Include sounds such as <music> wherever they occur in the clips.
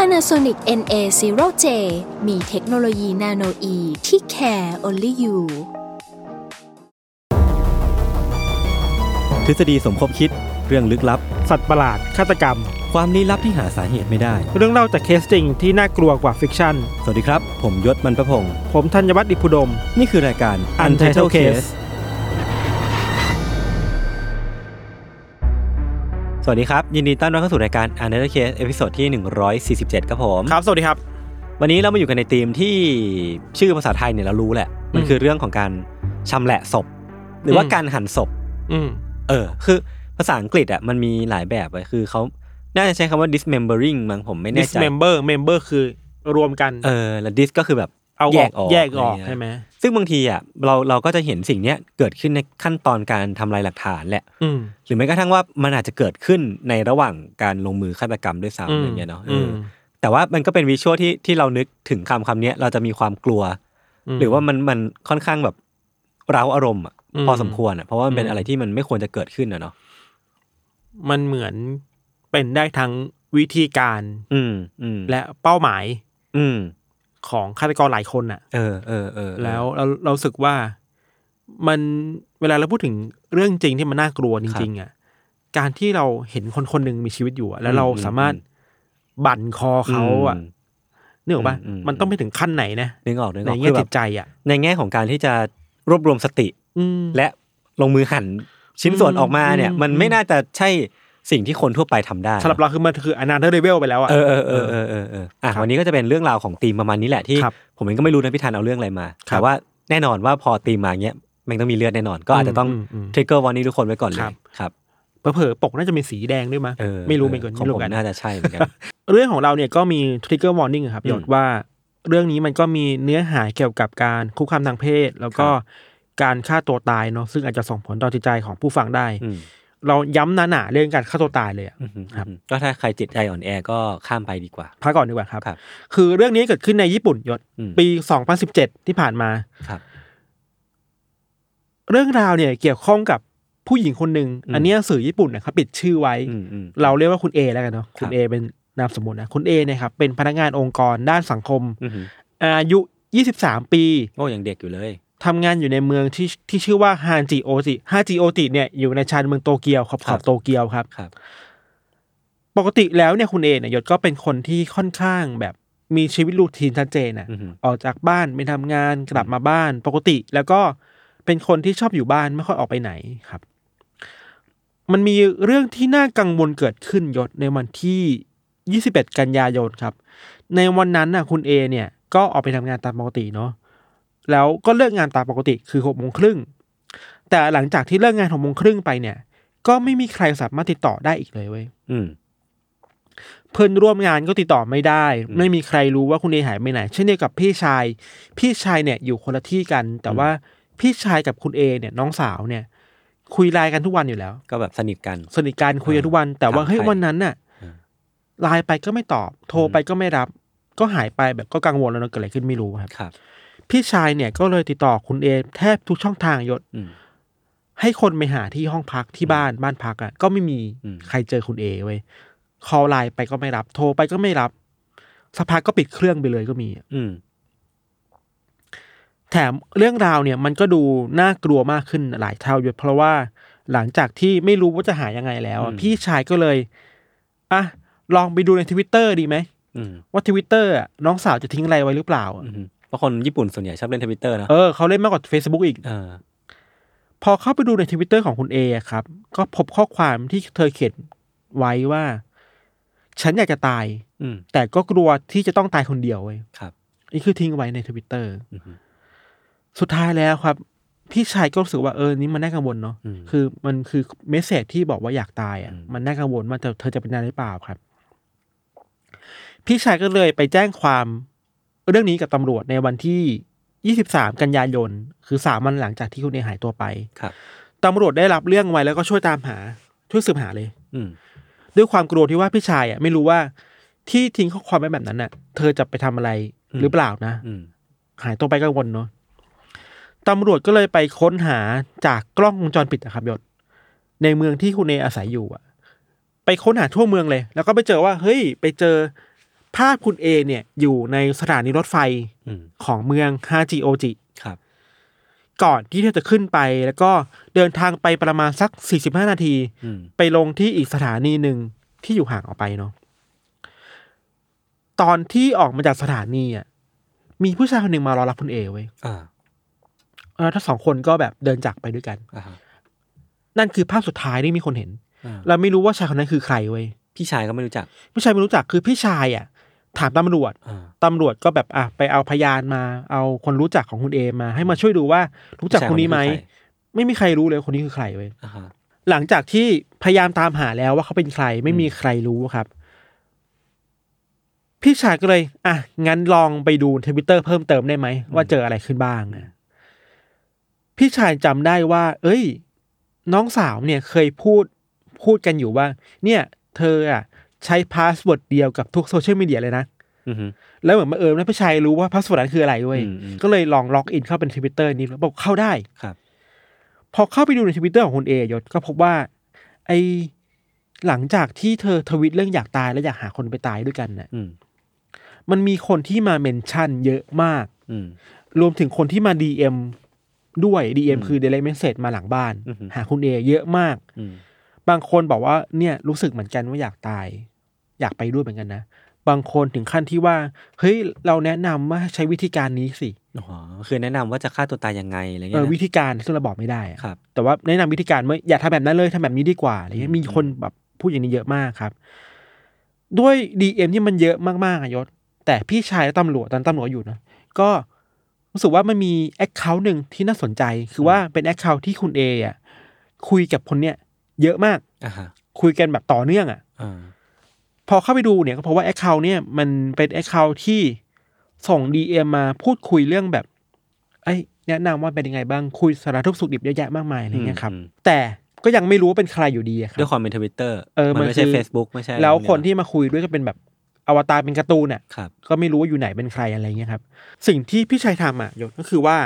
Panasonic NA0J มีเทคโนโลยีนาโนอีที่ care only you ทฤษฎีสมคบคิดเรื่องลึกลับ สัตว์ประหลาด ฆาตกรรม ความลี้ลับที่หาสาเหตุไม่ได้ เรื่องเล่าจากเคสจริงที่น่ากลัวกว่าฟิกชั่น สวัสดีครับ ผมยศมันประพงศ์ ผมธัญวัฒน์อิพุดม นี่คือรายการ Untitled Case สวัสดีครับ ยินดีต้อนรับเข้าสู่รายการ Untitled Case เอพิโซดที่ 147 ครับผม ครับ สวัสดีครับ วันนี้เรามาอยู่กันในธีมที่ชื่อภาษาไทยเนี่ยเรารู้แหละ มัน อืม คือเรื่องของการชำแหละศพ หรือว่า อืม การหั่นศพ อืม เออ คือภาษาอังกฤษอ่ะมันมีหลายแบบเลยคือเขาน่าจะใช้คำว่า dismembering มั้งผมไม่แน่ใจ dismember member คือรวมกัน เออแล้ว dis ก็คือแบบ เอาอ แย อก กออก แยกออก ะรเงี้ย ใช่ไหม ซึ่งบางทีอ่ะเราเราก็จะเห็นสิ่งเนี้ยเกิดขึ้นในขั้นตอนการทำลายหลักฐานแหละ อืม หรือแม้กระทั่งว่ามันอาจจะเกิดขึ้นในระหว่างการลงมือฆาตกรรมด้วย อื ซ้ำ ม อย่างเงี้ยเนาะเอออ ม แต่ว่ามันก็เป็นวิชวลที่ที่เรานึกถึงคำคำเนี้ยเราจะมีความกลัว หรือว่ามันมันค่อนข้างแบบเร้าอารมณ์อะ อืม พอสมควรอะเพราะว่ามันเป็น อืม อะไรที่มันไม่ควรจะเกิดขึ้นอะเนาะ มันเหมือนเป็นได้ทั้งวิธีการ อืมอืม และเป้าหมาย อืม ของฆาตกรหลายคนน่ะ เออเออเออเออ แล้วเราเรารู้สึกว่ามันเวลาเราพูดถึงเรื่องจริงที่มันน่ากลัวจริงๆอ่ะการที่เราเห็นคนคนหนึ่งมีชีวิตอยู่อะแล้วเรา อืม สามารถบั่นคอเขาอ่ะ ม นึกออกปะ อืมอืม มันต้องไปถึงขั้นไหนนะ นึกออกนึกอ ใน อก แง่ คือแบ จิ บ ตใจอ่ะ ในแง่ของการที่จะรวบรวมสติ อืม และลงมือหั่นชิ้นส่วนออกมาเนี่ย อืม มันไม่น่าจะใช่สิ่งที่คนทั่วไปทำได้ สำหรับเราคือมันคืออนาเธอร์เลเวลไปแล้วอ่ะ เออเออเออเออเออเอออ่ะ ครับ วันนี้ก็จะเป็นเรื่องราวของธีมประมาณนี้แหละที่ ครับ ผมเองก็ไม่รู้นะพี่ธันเอาเรื่องอะไรมา ครับ แต่ว่าแน่นอนว่าพอธีมมาเงี้ยมันต้องมีเลือดแน่นอน ก็อาจจะต้อง อืมอืมอืม ทริกเกอร์วันนี้ทุกคนไว้ก่อนเล ครั ย บ ครับ เผลอๆปกน่าจะเป็นสีแดงด้วยมั้ย เออ ไม่รู้เหมือนกัน ของผไม่รู้ ม กัน น่าจะใช่เหมือนกัน เรื่องของเราเนี่ยก็มีทริกเกอร์วอร์นิ่งครับ อืม ยศว่า เรื่องนี้มันก็มีเนื้อหาเกี่ยวกับการคุกคามทางเพศ แล้วก็การฆ่าตัวตายเนาะซึ่งอาจจะส่งผลต่อจิตใจของผู้ฟังได้ อืม เราย้ำหนาๆเรื่องการฆ่าตัวตายเลยอะ อืม ครับ ก็ถ้าใครจิตใจอ่อนแอก็ข้ามไปดีกว่า พักก่อนดีกว่าครับ ครับ คือเรื่องนี้เกิดขึ้นในญี่ปุ่นยศ อืม ปี 2017 ที่ผ่านมา ครับ เรื่องราวเนี่ยเกี่ยวข้องกับผู้หญิงคนหนึ่ง อืม อันเนี้ยสื่อญี่ปุ่นนะครับปิดชื่อไว้ อืมอืม เราเรียกว่าคุณเอแล้วกันเนาะคุคณรับ เอเป็นนามสมมตินะคุณเอเนี่ยครับเป็นพนักงานองค์กรด้านสังคม อืม อายุ 23 ปี โอ้ยังเด็กอยู่เลย ทำงานอยู่ในเมืองที่ที่ชื่อว่าฮานจิโอจิฮานจิโอจิเนี่ยอยู่ในชานเมืองโตเกียวขอบ ค ข รั อบ บโตเกียวครับ ครับ ปกติแล้วเนี่ยคุณเอเนี่ยยศก็เป็นคนที่ค่อนข้างแบบมีชีวิตรูทีนชัดเจนนะ อืม ออกจากบ้านไปทำงานกลับมาบ้าน ปกติแล้วก็เป็นคนที่ชอบอยู่บ้านไม่ค่อยออกไปไหนครับ มันมีเรื่องที่น่ากังวลเกิดขึ้นยศในวันที่ 21 กันยายนครับ ในวันนั้นน่ะคุณเอเนี่ยก็ออกไปทำงานตามปกติเนาะแล้วก็เลิกงานตามปกติคือหกโมงครึ่งแต่หลังจากที่เลิกงานหกโมงครึ่งไปเนี่ย ก็ไม่มีใครสามารถติดต่อได้อีกเลยเว้ย อืม เพื่อนร่วมงานก็ติดต่อไม่ได้ อืม ไม่มีใครรู้ว่าคุณเอหายไปไหน เช่นเดียวกับพี่ชาย พี่ชายเนี่ยอยู่คนละที่กัน แต่ว่าพี่ชายกับคุณเอเนี่ยน้องสาวเนี่ย คุยไลน์กันทุกวันอยู่แล้ว ก็แบบสนิทกัน สนิทกันคุยกันทุกวัน แต่ว่าเฮ้ย ถามใคร วันนั้นน่ะ อืม ไลน์ไปก็ไม่ตอบ โทรไปก็ไม่รับ ก็หายไปแบบก็กังวลแล้วเนอะเกิดอะไรขึ้นไม่รู้ครับ ครับ พี่ชายเนี่ยก็เลยติดต่อคุณเอแทบทุกช่องทางยศ อืม ให้คนไปหาที่ห้องพักที่บ้านบ้านพักอะ่ะก็ไม่มี อืม ใครเจอคุณเอเว้ยคอลไลน์ไปก็ไม่รับ โทรไปก็ไม่รับสักพักก็ปิดเครื่องไปเลยก็มี อืม แถมเรื่องราวเนี่ยมันก็ดูน่ากลัวมากขึ้นหลายเท่าอยู่เพราะว่าหลังจากที่ไม่รู้ว่าจะหายังไงแล้วอะ อืม พี่ชายก็เลยอ่ะลองไปดูในทวิตเตอร์ดีไหม อืม ว่าทวิตเตอร์น้องสาวจะทิ้งอะไรไว้หรือเปล่าอะ อืมเพราะคนญี่ปุ่นส่วนใหญ่ชอบเล่นทวิตเตอร์นอะ เออเขาเล่นมากกว่า Facebook อีก เออ พอเข้าไปดูในทวิตเตอร์ของคุณเอะครับ ก็พบข้อความที่เธอเขียนไว้ว่า ฉันอยากจะตาย อืม แต่ก็กลัวที่จะต้องตายคนเดียวเว้ย ครับ นี่คือทิ้งไว้ในทวิตเตอร์ อืม สุดท้ายแล้วครับ พี่ชายก็รู้สึกว่าเออนี่มันน่ากังวลเนาะ อืม คือมันคือเมสเซจที่บอกว่าอยากตายอ่ะ อืม มันน่ากังวลว่าเธอเธอจะเป็นอะไรหรือเปล่าครับ พี่ชายก็เลยไปแจ้งความ เรื่องนี้กับตำรวจในวันที่ 23 กันยายน คือสามวันหลังจากที่คุณเอหายตัวไป ครับ ตำรวจได้รับเรื่องไว้แล้วก็ช่วยตามหา ช่วยสืบหาเลย อืม ด้วยความกลัวที่ว่าพี่ชายอ่ะไม่รู้ว่าที่ทิ้งข้อความไว้แบบนั้นน่ะ เธอจะไปทำอะไรหรือเปล่านะ อืม หายตัวไปกังวลเนาะตำรวจก็เลยไปค้นหาจากกล้องวงจรปิดอะครับยศ ในเมืองที่คุณเออาศัยอยู่อะไปค้นหาทั่วเมืองเลย แล้วก็ไปเจอว่า เฮ้ย ไปเจอภาพคุณเอเนี่ย อยู่ในสถานีรถไฟ อืม ของเมืองฮาจิโอจิ ครับ ก่อนที่เธอจะขึ้นไป แล้วก็เดินทางไปประมาณสัก 45 นาที อืม ไปลงที่อีกสถานีหนึ่งที่อยู่ห่างออกไปเนาะ ตอนที่ออกมาจากสถานีอ่ะ มีผู้ชายคนหนึ่งมารอรับคุณเอไว้ย อ่า แล้วทั้งสองคนก็แบบเดินจากไปด้วยกัน อ่าฮะ นั่นคือภาพสุดท้ายที่มีคนเห็น อ่า เราไม่รู้ว่าชายคนนั้นคือใครเว้ย พี่ชายก็ไม่รู้จัก ผู้ชายไม่รู้จักคือพี่ชายอ่ะ ถามตำรวจ อ่า ตำรวจก็แบบอ่ะไปเอาพยานมา เอาคนรู้จักของคุณเอมา ให้มาช่วยดูว่ารู้จักคนนี้ไหม ไม่มีใครรู้เลยคนนี้คือใครเว้ย อ่าฮะ หลังจากที่พยายามตามหาแล้วว่าเขาเป็นใครไม่มีใครรู้ครับ พี่ชายก็เลย อ่ะ งั้นลองไปดูทวิตเตอร์เพิ่มเติมได้ไหม ว่าเจออะไรขึ้นบ้างนะพี่ชายจำได้ว่า เอ้ย น้องสาวเนี่ยเคยพูดพูดกันอยู่ว่า เนี่ย เธออ่ะ ใช้พาสเวิร์ดเดียวกับทุกโซเชียลมีเดียเลยนะ อือฮึ แล้วเหมือนมาเอิญนะพี่ชายรู้ว่าพาสเวิร์ดนั้นคืออะไรเว้ย อืมอืม ก็เลยลองล็อกอินเข้าเป็นทวิตเตอร์นี้แล้วบอกเข้าได้ ครับ พอเข้าไปดูในทวิตเตอร์ของคุณเอยศก็พบว่า ไอหลังจากที่เธอทวิตเรื่องอยากตายและอยากหาคนไปตายด้วยกันน่ะ อืม มันมีคนที่มาเมนชั่นเยอะมาก อืม รวมถึงคนที่มา DM ด้วย DM อืม คือ Direct Message มาหลังบ้าน อือหือ หาคุณเอเยอะมาก อืม บางคนบอกว่าเนี่ยรู้สึกเหมือนกันว่าอยากตาย อยากไปด้วยเหมือนกันนะ บางคนถึงขั้นที่ว่า เฮ้ย เราแนะนำว่าให้ใช้วิธีการนี้สิ อ๋อ คือแนะนำว่าจะฆ่าตัวตายยังไงอะไร เอ เงี้ย อ นะ วิธีการซึ่งเราบอกไม่ได้อะ ครับ แต่ว่าแนะนำวิธีการว่าอย่าทำแบบนั้นเลยทำแบบนี้ดีกว่าอะไรเงี้ย อืม มีคนแบบพูดอย่างนี้เยอะมากครับ ด้วยดีเอ็มที่มันเยอะมากๆอะยศ แต่พี่ชายและตำรวจตอนนนตำรวจอยู่นะก็รู้สึกว่ามันมีแอคเคาท์หนึ่งที่น่าสนใจ คือว่าเป็นแอคเคาท์ที่คุณเออ่ะคุยกับคนเนี้ยเยอะมาก อ่าฮะ คุยกันแบบต่อเนื่องอ่ะ อ่า พอเข้าไปดูเนี่ยก็พบว่าแอคเคาท์เนี่ยมันเป็นแอคเคาท์ที่ส่งดีเอ็มมาพูดคุยเรื่องแบบไอ้ยแนะนำว่าเป็นยังไงบ้างคุยสารทุกข์สุขดิบเยอะแยะมากมายอะไรเงี้ยครับ อืม แต่ก็ยังไม่รู้ว่าเป็นใครอยู่ดีอะครั ด้วย บ ความเป็นทวิตเตอร์ เออ มัน มัน ไม่ใช่ คือ Facebook ไม่ใช่อะไร แล้ว พวกเย คนที่มาคุยด้วยก็เป็นแบบอวตารเป็นการ์ตูนเนี่ย ครับ ก็ไม่รู้ว่าอยู่ไหนเป็นใครอะไรเงี้ยครับ สิ่งที่พี่ชายทำอ่ะยศก็คือว่า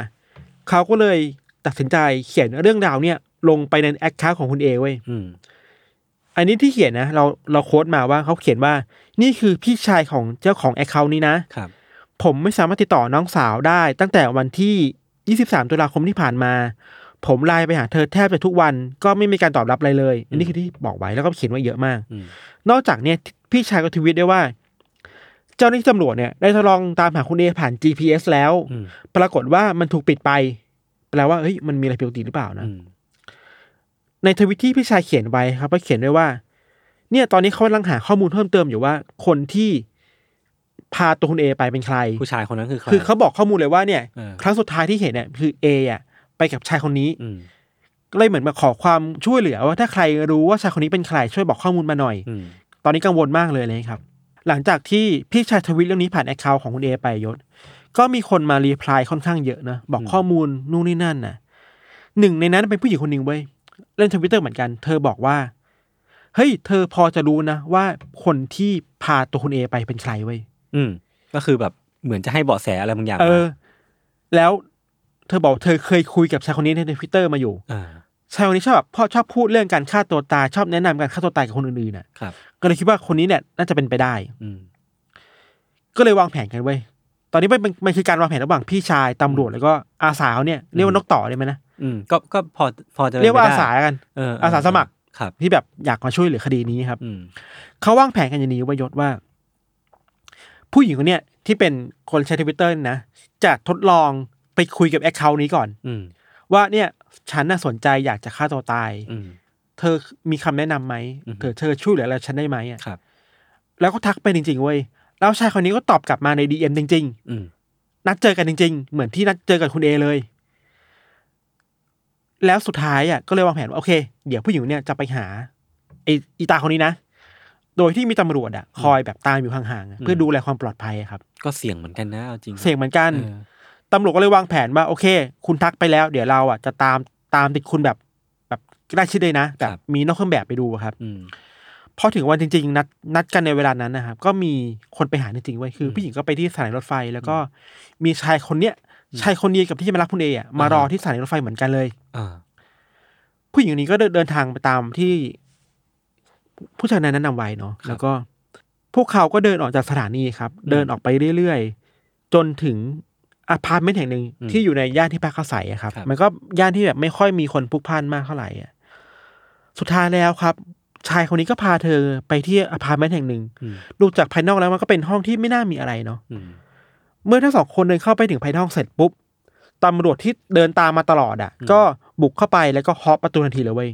เขาก็เลยตัดสินใจเขียนเรื่องราวเนี่ย ลงไปในแอคเคาท์ของคุณเอเว้ย อืม อันนี้ที่เขียนนะ เราเราโค้ดมาว่าเขาเขียนว่า นี่คือพี่ชายของเจ้าของแอคเคาท์นี้นะ ครับ ผมไม่สามารถติดต่อน้องสาวได้ ตั้งแต่วันที่ 23 ตุลาคมที่ผ่านมา ผมไลน์ไปหาเธอแทบจะทุกวัน ก็ไม่มีการตอบรับอะไรเลย อันนี้คือที่บอกไว้แล้วก็เขียนไว้เยอะมาก อืม นอกจากเนี่ยพี่ชายก็ทวิตได้วยว่า เจ้าหน้าที่ตำรวจเนี่ยได้ทดลองตามหาคุณเอผ่าน GPS แล้ว อืม ปรากฏว่ามันถูกปิดไป แปลว่าเฮ้ยมันมีอะไรผิดปกติหรือเปล่านะ อืม ในทวิตที่พี่ชายเขียนไว้ครับก็เขียนไว้ว่า เนี่ยตอนนี้เขากำลังหาข้อมูลเพิ่มเติมอยู่ว่า คนที่พาตัวคุณเอไปเป็นใคร ผู้ชายคนนั้นคือใคร คือเขาบอกข้อมูลเลยว่าเนี่ย เออ ครั้งสุดท้ายที่เห็นเนี่ยคือเออ่ะไปกับชายคนนี้ อืม ก็เลยเหมือนมาขอความช่วยเหลือว่าถ้าใครรู้ว่าชายคนนี้เป็นใครช่วยบอกข้อมูลมาหน่อย อืม ตอนนี้กังวลมากเลยเลยครับ หลังจากที่พี่ชายทวิตเรื่องนี้ผ่านแอคเคาท์ของคุณเอไปยศ ก็มีคนมารีプライค่อนข้างเยอะนะ บอก อืม ข้อมูลนู่นนี่นั่นนะหนึ่งในนั้นเป็นผู้หญิงคนหนึ่งเว้ยเล่นทวิตเตอร์เหมือนกัน เธอบอกว่า เฮ้ย เธอพอจะรู้นะ ว่าคนที่พาตัวคุณเอไปเป็นใครเว้ย อืม ก็คือแบบเหมือนจะให้เบาะแสอะไรบางอย่าง เอ มา อ แล้วเธอบอกเธอเคยคุยกับชายคนนี้ในทวิตเตอร์มาอยู่ อ่า ชายคนนี้ชอบแบบพ่อชอบพูดเรื่องการฆ่าตัวตายชอบแนะนำการฆ่าตัวตายกับคนอื่นๆน่ะ ครับ ก็เลยคิดว่าคนนี้เนี่ยน่าจะเป็นไปได้ อืม ก็เลยวางแผนกันเว้ย ตอนนี้มันมันมันคือการวางแผนระหว่างพี่ชายตำรวจแล้วก็อาสาเนี่ยเรียกว่านกต่อได้ไหมนะ อืม ก็ ก็พอ พอจะป็น เรียกว่า ไป อา ได้ สากัน เออเอา สาสมัคร ครับ ที่แบบอยากมาช่วยเหลือคดีนี้ครับ อืม เขาวางแผนกันอย่างนี้เว่ายศว่า ผู้หญิงคนเนี้ยที่เป็นคนใช้ทวิตเตอร์นะ จะทดลองไปคุยกับแอคเคาท์นี้ก่อน อืม ว่าเนี่ยฉันน่ะสนใจอยากจะฆ่าตัวตาย อืม เธอมีคำแนะนำไหม อือฮึ เธอเธอช่วยเหลืออะไรฉันได้ไหมอะ ครับ แล้วก็ทักไปจริงๆเว้ยแล้วชายคนนี้ก็ตอบกลับมาในดีเอ็มจริง ๆ อืม นัดเจอกันจริงๆ เหมือนที่นัดเจอกับคุณเอเลย แล้วสุดท้ายอ่ะก็เลยวางแผนว่าโอเค เดี๋ยวผู้หญิงเนี่ยจะไปหาไออีตาคนนี้นะ โด โดยที่มีตำรวจอะคอยแบบตามอยู่ห่างๆอะเพื่อดูแลความปลอดภัยอะครับ ก็เสี่ยงเหมือนกันนะเอาจริง เสี่ยงเหมือนกัน เออ ตำรวจก็เลยวางแผนว่าโอเค คุณทักไปแล้ว เดี๋ยวเราอ่ะจะตามตามติดคุณแบบแบบใกล้ชิดเลยนะแบบมีนอกเครื่องแบบไปดูอะครับ อืม พอถึงวันจริง ๆ นัดนัดกันในเวลานั้นนะครับ ก็มีคนไปหาจริงๆไว้ยคืออผู้หญิงก็ไปที่สถานีรถไฟ แล้วก็มีชายคนเนี้ยชายคนเดียวกับที่มารับคุณเออ่ะมารอ อ่าฮะ ที่สถานีรถไฟเหมือนกันเลย อ่า ผู้หญิงคนนี้ก็เดินเดินทางไปตามที่ผู้ชายนั้นแนะนำไว้เนาะแล้วก็ พวกเขาก็เดินออกจากสถานีครับ เดินออกไปเรื่อยๆ จนถึงอพาร์ตเมนต์แห่งหนึ่งที่อยู่ในย่านที่พักอาศัยอะครับ มันก็ย่านที่แบบไม่ค่อยมีคนพลุกพล่านมากเท่าไหร่อะสุดท้ายแล้วครับ ชายคนนี้ก็พาเธอไปที่อพาร์ตเมนต์แห่งหนึ่งดูจากภายนอกแล้วมันก็เป็นห้องที่ไม่น่ามีอะไรเนาะ อืม เมื่อทั้งสองคนเดินเข้าไปถึงภายในห้องเสร็จปุ๊บ ตำรวจที่เดินตามมาตลอดอ่ะ ก็บุกเข้าไปแล้วก็เคาะประตูทันทีเลยเว้ย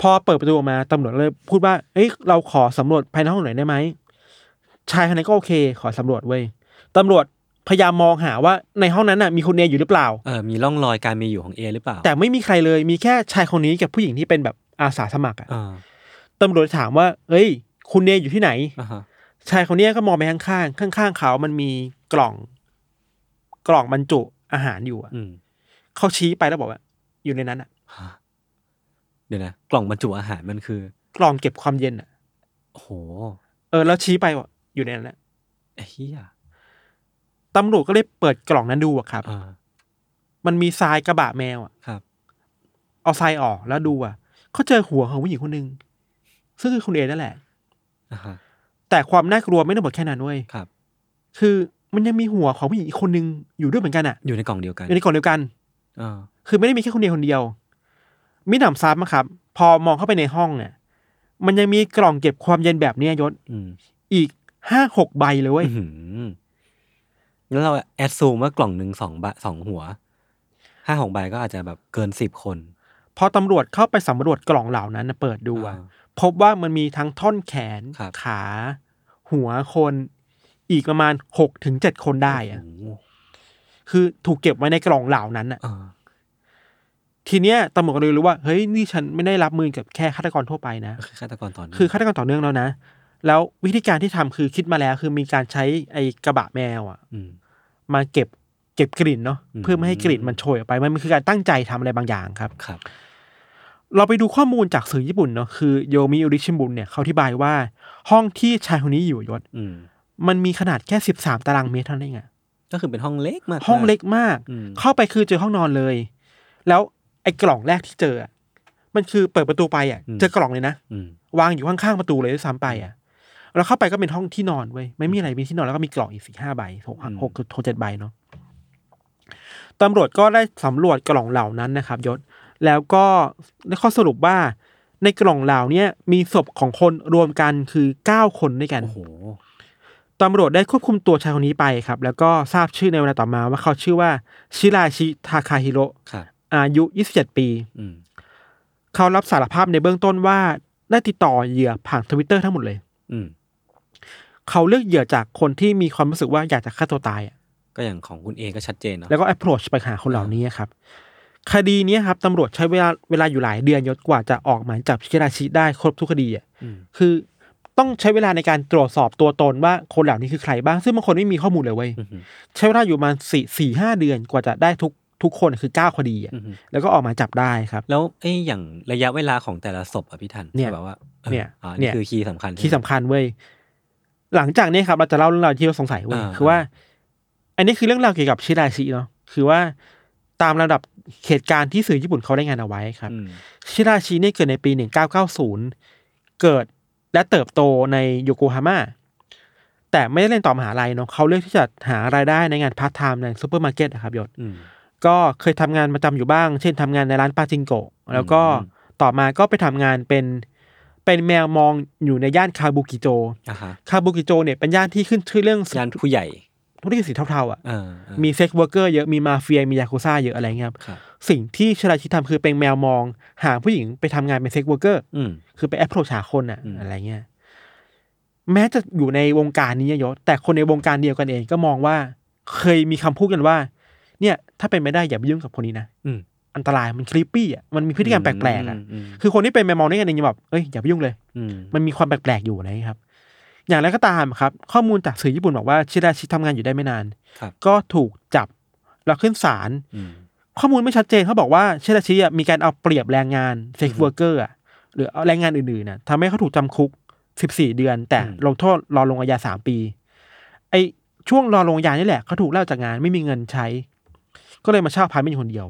พอเปิดประตูออกมา ตำรวจเลยพูดว่า เอ้ย เราขอสำรวจภายในห้องหน่อยได้ไหม ชายคนนั้นก็โอเค ขอสำรวจเว้ย ตำรวจพยายามมองหาว่าในห้องนั้นน่ะมีคุณเนยอยู่หรือเปล่า เออมีร่องรอยการมีอยู่ของเอหรือเปล่า แต่ไม่มีใครเลย มีแค่ชายคนนี้กับผู้หญิงที่เป็นแบบอาสาสมัครอ่ะ อ่า ตำรวจถามว่า เอ้ย คุณเนยอยู่ที่ไหน อ่าฮะ ชายคนเนี้ยก็มองไปข้างๆ ข้างๆเขามันมีกล่อง กล่องบรรจุอาหารอยู่อะ อืม เขาชี้ไปแล้วบอกว่า อยู่ในนั้นอะ ฮะเดี๋ยวนะกล่องบรรจุอาหารมันคือก ล่องเก็บความเย็นอะ โอ้โห เออแล้วชี้ไปว่าอยู่ในนั้นอะ ไอ้เฮีย ตำรวจก็เลยเปิดกล่องนั้นดูอะครับ อ่า มันมีทรายกระบะแมวอะ ครับ เอาทรายออกแล้วดูอะเขาเจอหัวของผู้หญิงคนหนึ่งซึ่งคือคุณเอนั่นแหละ อ่าฮะ แต่ความน่ากลัวไม่ได้หมดแค่นั้นเว้ย ครับ คือมันยังมีหัวของผู้หญิงอีกคนหนึ่งอยู่ด้วยเหมือนกันอะ อยู่ในกล่องเดียวกัน อยู่ในกล่องเดียวกัน อ่า คือไม่ได้มีแค่คนเดียวคนเดียว มิหนำซ้ำอะครับ พอมองเข้าไปในห้องเนี่ยมันยังมีกล่องเก็บความเย็นแบบเนี้ยยศ อืม อีกห้าหกใบเลยเว้ย อื้อหือแล้วเราแอดซูมว่ากล่องหนึ่งสองบะสองหัวห้าหกใบก็อาจจะแบบเกินสิบคน พอตำรวจเข้าไปสำรวจกล่องเหล่านั้นนะเปิดดูอะ อ่า พบว่ามันมีทั้งท่อนแขน ครับ ขา หัวคน อีกประมาณหกถึงเจ็ดคนได้อะ โอ้โห คือถูกเก็บไว้ในกล่องเหล่านั้นอะ อ่า ทีเนี้ยตำรวจก็เลยรู้ว่าเฮ้ยนี่ฉันไม่ได้รับมือกับแค่ฆาตกรทั่วไปนะ คือฆาตกรต่อเนื่อง คือฆาตกรต่อเนื่องแล้วนะ แล้ววิธีการที่ทำคือคิดมาแล้ว คือมีการใช้ไอ้กระบะแมวอะ อืม มาเก็บเก็บกลิ่นเนาะ อืม เพื่อไม่ให้กลิ่นมันโชยออกไปมันมันคือการตั้งใจทำอะไรบางอย่างครับ ครับ เราไปดูข้อมูลจากสื่อญี่ปุ่นเนาะคือโยมิอุริชินบุนเนี่ยเขาอธิบายว่า ห้องที่ชายคนนี้อยู่ยศ อืม มันมีขนาดแค่ 13 ตารางเมตรเท่านั้นเองอะ ก็คือเป็นห้องเล็กมากๆ ห้องเล็กมาก อืม เข้าไปคือเจอห้องนอนเลย แล้วไอ้กล่องแรกที่เจออะมันคือเปิดประตูไปอ่ะเจอกล่องเลยนะ อืม วางอยู่ข้างๆประตูเลยด้วยซ้ำไปอ่ะเราเข้าไปก็เป็นห้องที่นอนเว้ยไม่มีอะไรมีที่นอนแล้วก็มีกล่องอีกสี่ห้าใบหกหกหกเจ็ดใบเนาะ ตำรวจก็ได้สำรวจกล่องเหล่านั้นนะครับยศ แล้วก็ได้ข้อสรุปว่า ในกล่องเหล่าเนี้ยมีศพของคนรวมกันคือ 9 คนด้วยกัน โอ้โห ตำรวจได้ควบคุมตัวชายคนนี้ไปครับ แล้วก็ทราบชื่อในเวลาต่อมาว่าเขาชื่อว่าชิราชิทาคาฮิโร่ ครับ อายุ 27 ปี อืม เขารับสารภาพในเบื้องต้นว่าได้ติดต่อเหยื่อผ่านทวิตเตอร์ทั้งหมดเลย อืม เขาเลือกเหยื่อจากคนที่มีความรู้สึกว่าอยากจะฆ่าตัวตายอะ ก็อย่างของคุณเอก็ชัดเจนเนาะ แล้วก็ approach ไปหาคนเหล่านี้ครับ คดีเนี้ยครับตำรวจใช้เวลาเวลาอยู่หลายเดือนยศกว่าจะออกหมายจับชิราชิได้ครบทุกคดีอ่ะคือต้องใช้เวลาในการตรวจสอบตัวตนว่าคนเหล่านี้คือใครบ้าง ซึ่งบางคนไม่มีข้อมูลเลยเว้ยใช้เวลาอยู่ประมาณสี่สี่ห้าเดือนกว่าจะได้ทุกทุกคนคือเก้าคดีอ่ะแล้วก็ออกหมายจับได้ครับ แล้วไอ้อย่างระยะเวลาของแต่ละศพอ่ะพี่ทัน เนี่ย ที่แบบว่าออ เนี่ย อ่านี่เนี่ย คือคีย์สำคัญ ที่สำคัญเว้ยหลังจากนี้ครับเราจะเล่าเรื่องราวที่เราสงสัยเว้ย อ่า คือว่า อันนี้คือเรื่องราวเกี่ยวกับชิราชิเนาะคือว่าตามระดับเหตุการณ์ที่สื่อญี่ปุ่นเขาได้งานเอาไว้ครับ อืม ชิราชิเนี่ยเกิดในปี 1990 เกิดและเติบโตในโยโกฮาม่า แต่ไม่ได้เรียนต่อมหาลัยเนาะเขาเลือกที่จะหารายได้ในงานพาร์ทไทม์ในซูเปอร์มาร์เก็ตนะครับยศ อืม ก็เคยทำงานประจำอยู่บ้าง เช่นทำงานในร้านปาจิงโกะ แล้วก็ อืม ต่อมาก็ไปทำงานเป็นเป็นแมวมองอยู่ในย่านคาบุกิโจ อ่ะฮะ คาบุกิโจเนี่ยเป็นย่านที่ขึ้นชื่อเรื่อง ยานผู้ใหญ่ ธุรกิจสีเทาๆอ่ะ เออเออ มีเซ็กเวิร์กเกอร์เยอะ มีมาเฟีย มียากุซ่าเยอะอะไรเงี้ยครับ ครับ สิ่งที่ชราชิตทำคือเป็นแมวมองหาผู้หญิงไปทำงานเป็นเซ็กเวิร์กเกอร์ อืม คือไปแอปโ c รหาคนอะ อืม อะไรเงี้ย แม้จะอยู่ในวงการนี้ยศแต่คนในวงการเดียวกันเองก็มองว่า เคยมีคำพูดกันว่า เนี่ย ถ้าเป็นไม่ได้อย่าไปยุ่งกับคนนี้นะ อืม อันตรายมันคลิปปี้อ่ะมันมีพฤติกรรมแปลกๆอ่ะ อืม คือคนที่เป็นแมวมองด้วยกันเองยังแบบเอ้ยอย่าไปยุ่งเลย อืม มันมีความแปลกๆอยู่อะไรอย่างเงี้ยครับ อย่างไรก็ตามครับ ข้อมูลจากสื่อญี่ปุ่นบอกว่าชิราชิทำงานอยู่ได้ไม่นาน ครับ ก็ถูกจับแล้วขึ้นศาล อืม ข้อมูลไม่ชัดเจนเขาบอกว่าชิราชิอ่ะมีการเอาเปรียบแรงงานเซ็กซ์เวิร์กเกอร์หรือแรงงานอื่นๆนะทำให้เขาถูกจำคุก 14 เดือน แต่ลงโทษรอลงอาญา 3 ปี ไอช่วงรอลงอาญานี่แหละเขาถูกไล่ออกจากงานไม่มีเงินใช้ ก็เลยมาเช่าพาร์ทเมนต์อยู่คนเดียว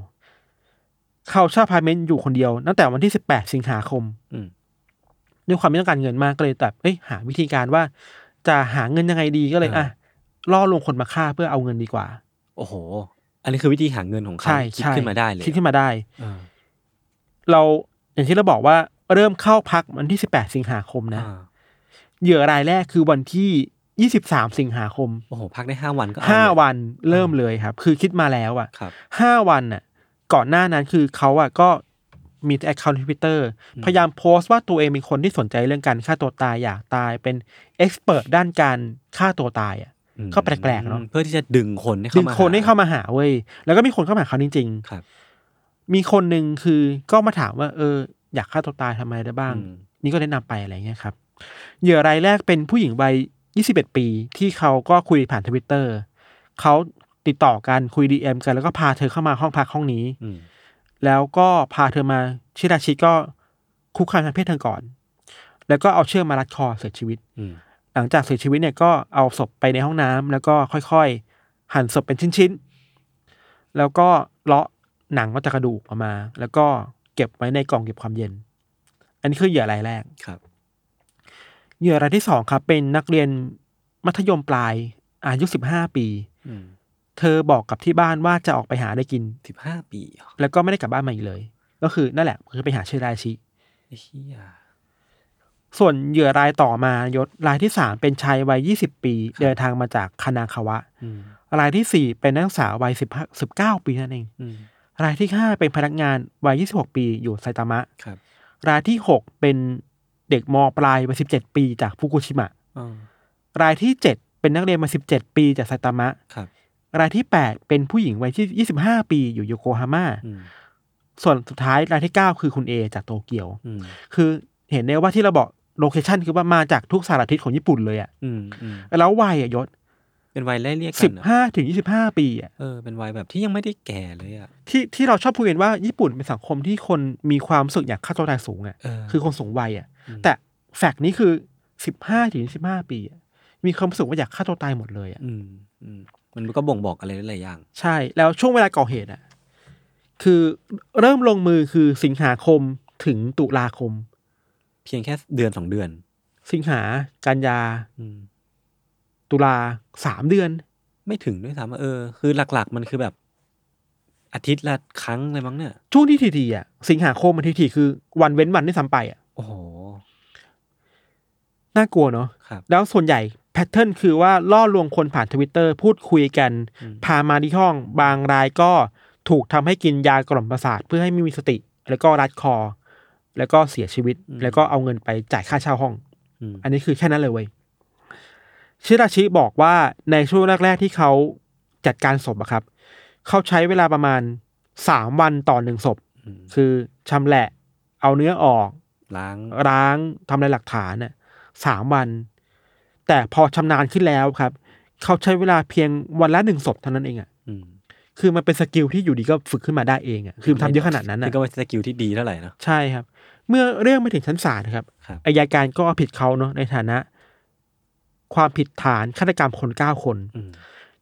เขาเช่าพาร์ทเมนต์อยู่คนเดียวตั้งแต่วันที่ 18 สิงหาคม อืม ด้วยความไม่ต้องการเงินมากก็เลยแบบเอ้ยหาวิธีการว่า จะหาเงินยังไงดีก็เลยอ่ะล่อลวงคนมาฆ่าเพื่อเอาเงินดีกว่า โอ้โห อันนี้คือวิธีหาเงินของเขา ใช่ คิด ใช่ ขึ้นมาได้เลย คิดขึ้นมาได้ เออ เราอย่างที่เราบอกว่าเริ่มเข้าพักวันที่ 18 สิงหาคมนะ อ่า เหยื่อรายแรกคือวันที่ 23 สิงหาคม โอ้โห พักได้ห้าวันก็เอเลย 5 วันเริ่มเลยครับ คือคิดมาแล้วอ่ะ ครับ ห้าวันน่ะก่อนหน้านั้นคือเขาอ่ะก็มีแอคเคาท์ทวิตเตอร์พยายามโพสต์ว่าตัวเองเป็นคนที่สนใจเรื่องการฆ่าตัวตายอยากตายเป็นเอ็กซ์เพรสด้านการฆ่าตัวตายอ่ะ อืม ก็แปลกๆเนอะ เพื่อที่จะดึงคนให้ ดึ เข้าง มา คนให้เข้า ห มาหาเว้ยแล้วก็มีคนเข้ามาหาเขาจริง ครับ ๆ มีคนหนึ่งคือก็มาถามว่า เออ อยากฆ่าตัวตายทำไมได้บ้าง อืม นี่ก็แนะนำไปอะไรเงี้ยครับเหยื่อรายแรกเป็นผู้หญิงวัย 21 ปี ที่เขาก็คุยผ่านทวิตเตอร์เขาติดต่อกันคุย DM กันแล้วก็พาเธอเข้ามาห้องพักห้องนี้ อืม แล้วก็พาเธอมาชิราชิก็คุกคามทางเพศเธอก่อน แล้วก็เอาเชือกมารัดคอเสียชีวิต อืม หลังจากเสียชีวิตเนี่ยก็เอาศพไปในห้องน้ำแล้วก็ค่อยๆ หั่นศพเป็นชิ้นๆ แล้วก็เลาะหนังออกจากกระดูกออกมา แล้วก็เก็บไว้ในกล่องเก็บความเย็น อันนี้คือเหยื่อรายแรก ครับ เหยื่อรายที่สองครับ เป็นนักเรียนมัธยมปลายอายุสิบห้าปี อืม เธอบอกกับที่บ้านว่าจะออกไปหาอะได้กิน สิบห้าปีเหรอ แล้วก็ไม่ได้กลับบ้านมาอีกเลย ก็คือนั่นแหละคือไปหาชื่อราชิ ไอ้เหี้ย ส่วนเหยื่อรายต่อมายศรายที่สามเป็นชายวัย 20 ปี ครับ เดินทางมาจากคานาคาวะ อืม รายที่สี่เป็นนักศึกษาวัย10 19 ปีนั่นเอง อืม รายที่ห้าเป็นพนักงานวัย 26 ปีอยู่ไซตามะ ครับ รายที่ 6 เป็นเด็กมปลายวัย17 ปีจากฟุกุชิมะ อ๋อ รายที่ 7 เป็นนักเรียนมา17 ปีจากไซตามะ ครับ รายที่ 8 เป็นผู้หญิงวัยที่25 ปีอยู่โยโกฮาม่า อืม ส่วนสุดท้ายรายที่ 9 คือคุณเอจากโตเกียว อืม คือเห็นได้ว่าที่เราบอกโลเคชันคือว่ามาจากทุกสารทิศของญี่ปุ่นเลยอะ อืมอืม แล้ววัยอะยศ เป็นวัยไล่เรียกกั สิบ เรอ ห้าถึงยี่สิบห้าปีอะ เออเป็นวัยแบบที่ยังไม่ได้แก่เลยอ่ะ ที่ที่เราชอบพูดกันว่าญี่ปุ่นเป็นสังคมที่คนมีความรู้สึกอยากฆ่าตัวตายสูงอะ เออ คือคนสูงวัยอะ อืม แต่แฟกต์นี้คือสิบห้าถึงสิบห้าปีอะมีความรู้สึกว่าอยากฆ่าตัวตายหมดเลยอะ อืมอืมมันก็บ่งบอกอะไรหลายๆอย่าง ใช่แล้วช่วงเวลาก่อเหตุอะคือเริ่มลงมือคือสิงหาคมถึงตุลาคม เพียงแค่เดือนสองเดือน สิงหากันยา อืม ตุลาสามเดือน ไม่ถึงด้วยซ้ำเออ คือหลักๆ มันคือแบบ อาทิตย์ละครั้งเลยมั้งเนี่ย ช่วงที่ทีๆอะสิงหาคมมันทีๆคือวันเว้นวันที่ซ้ำไปอะ โอ้โห น่ากลัวเนาะ ครับ แล้วส่วนใหญ่แพทเทิร์นคือว่าล่อลวงคนผ่านทวิตเตอร์พูดคุยกัน อืม พามาที่ห้อง บางรายก็ถูกทำให้กินยากล่อมประสาทเพื่อให้ไม่มีสติ แล้วก็รัดคอ แล้วก็เสียชีวิต แล้วก็เอาเงินไปจ่ายค่าเช่าห้อง อืม อันนี้คือแค่นั้นเลยเว้ยชิราชิบอกว่าในช่วงแรก ๆ ที่เขาจัดการศพอะครับ เขาใช้เวลาประมาณสามวันต่อหนึ่งศพ อืม คือชำแหละ เอาเนื้อออก ล้าง ร้างทำลายหลักฐานน่ะสามวัน แต่พอชำนาญขึ้นแล้วครับ เขาใช้เวลาเพียงวันละหนึ่งศพเท่านั้นเองอะ่ะ อืม คือมันเป็นสกิลที่อยู่ดีก็ฝึกขึ้นมาได้เองอะ่ะคือทำเยอะขนาดนั้น นี่ก็ อ่ะ เป็นสกิลที่ดีเท่าไหร่เนอะ ใช่ครับ เมื่อเรื่องไปถึงชั้นศาลครับ ครับ อายการก็เอาผิดเขาเนาะในฐานะ ความผิดฐานฆาตกรรมคนเก้าคน อืม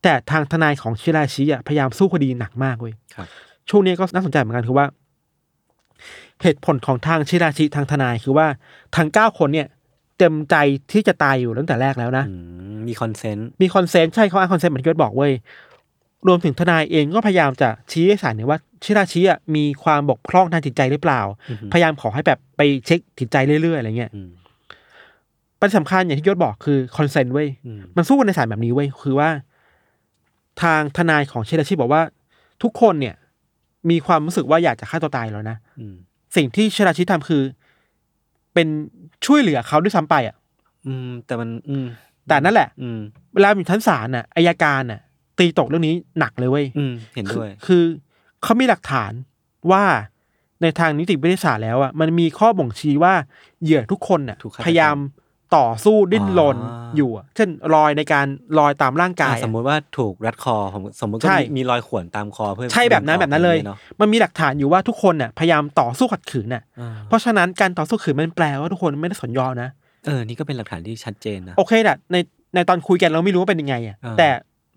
แต่ทางทนายของชิราชิอ่ะพยายามสู้คดีหนักมากเว้ย ครับ ช่วงนี้ก็น่าสนใจเหมือนกันคือว่า เหตุผลของทางชิราชิทางทนายคือว่าทางเก้าคนเนี่ย เต็มใจที่จะตายอยู่ตั้งแต่แรกแล้วนะ อืมมีคอนเซนต์ มีคอนเซนต์ใช่เขาอ้างคอนเซนต์เหมือนที่ยศบอกเว้ยรวมถึงทนายเองก็พยายามจะชี้ให้ศาลเห็นว่าชิราชิอ่ะมีความบกพร่องทางจิตใจหรือเปล่า อือฮึ พยายามขอให้แบบไปเช็คจิตใจเรื่อยๆอะไรเงี้ย อืม ประเด็นสำคัญอย่างที่ยศบอกคือคอนเซนต์เว้ย อืม มันสู้กันในสายแบบนี้เว้ยคือว่า ทางทนายของเชลชิบอกว่า ทุกคนเนี่ย มีความรู้สึกว่าอยากจะฆ่าตัวตายแล้วนะ อืม สิ่งที่เชลชิทำคือ เป็นช่วยเหลือเขาด้วยซ้ำไปอ่ะ อืมแต่มัน อืม แต่นั่นแหละ อืม เวลาอยู่ชั้นศาลน่ะอายการน่ะ ตีตกเรื่องนี้หนักเลยเว้ย อืม เห็นด้วย คือคือเขามีหลักฐาน ว่าในทางนิติวิทยาศาสตร์แล้วอ่ะมันมีข้อบ่งชี้ว่าเหยื่อทุกคนน่ะ ถูกฆาตกรรม พยายามต่อสู้ดิ้นรน อ่า อยู่อะเช่นรอยในการรอยตามร่างกาย อ่ะ อะ สมมุติว่าถูกรัดคอผมสมมติก็ ใช่ มีมีรอยข่วนตามคอเพื่อ ใช่แบบนั้น ดึงออก แบบนั้นเลย อา มันมีหลักฐานอยู่ว่าทุกคนน่ะพยายามต่อสู้ขัดขืนน่ะ อ่า เพราะฉะนั้นการต่อสู้ขืนมันแปลว่าทุกคนไม่ได้สนยอมนะ เออนี่ก็เป็นหลักฐานที่ชัดเจนนะ โอเคแหละในในตอนคุยกันเราไม่รู้ว่าเป็นยังไงอ่ะ อ่า แต่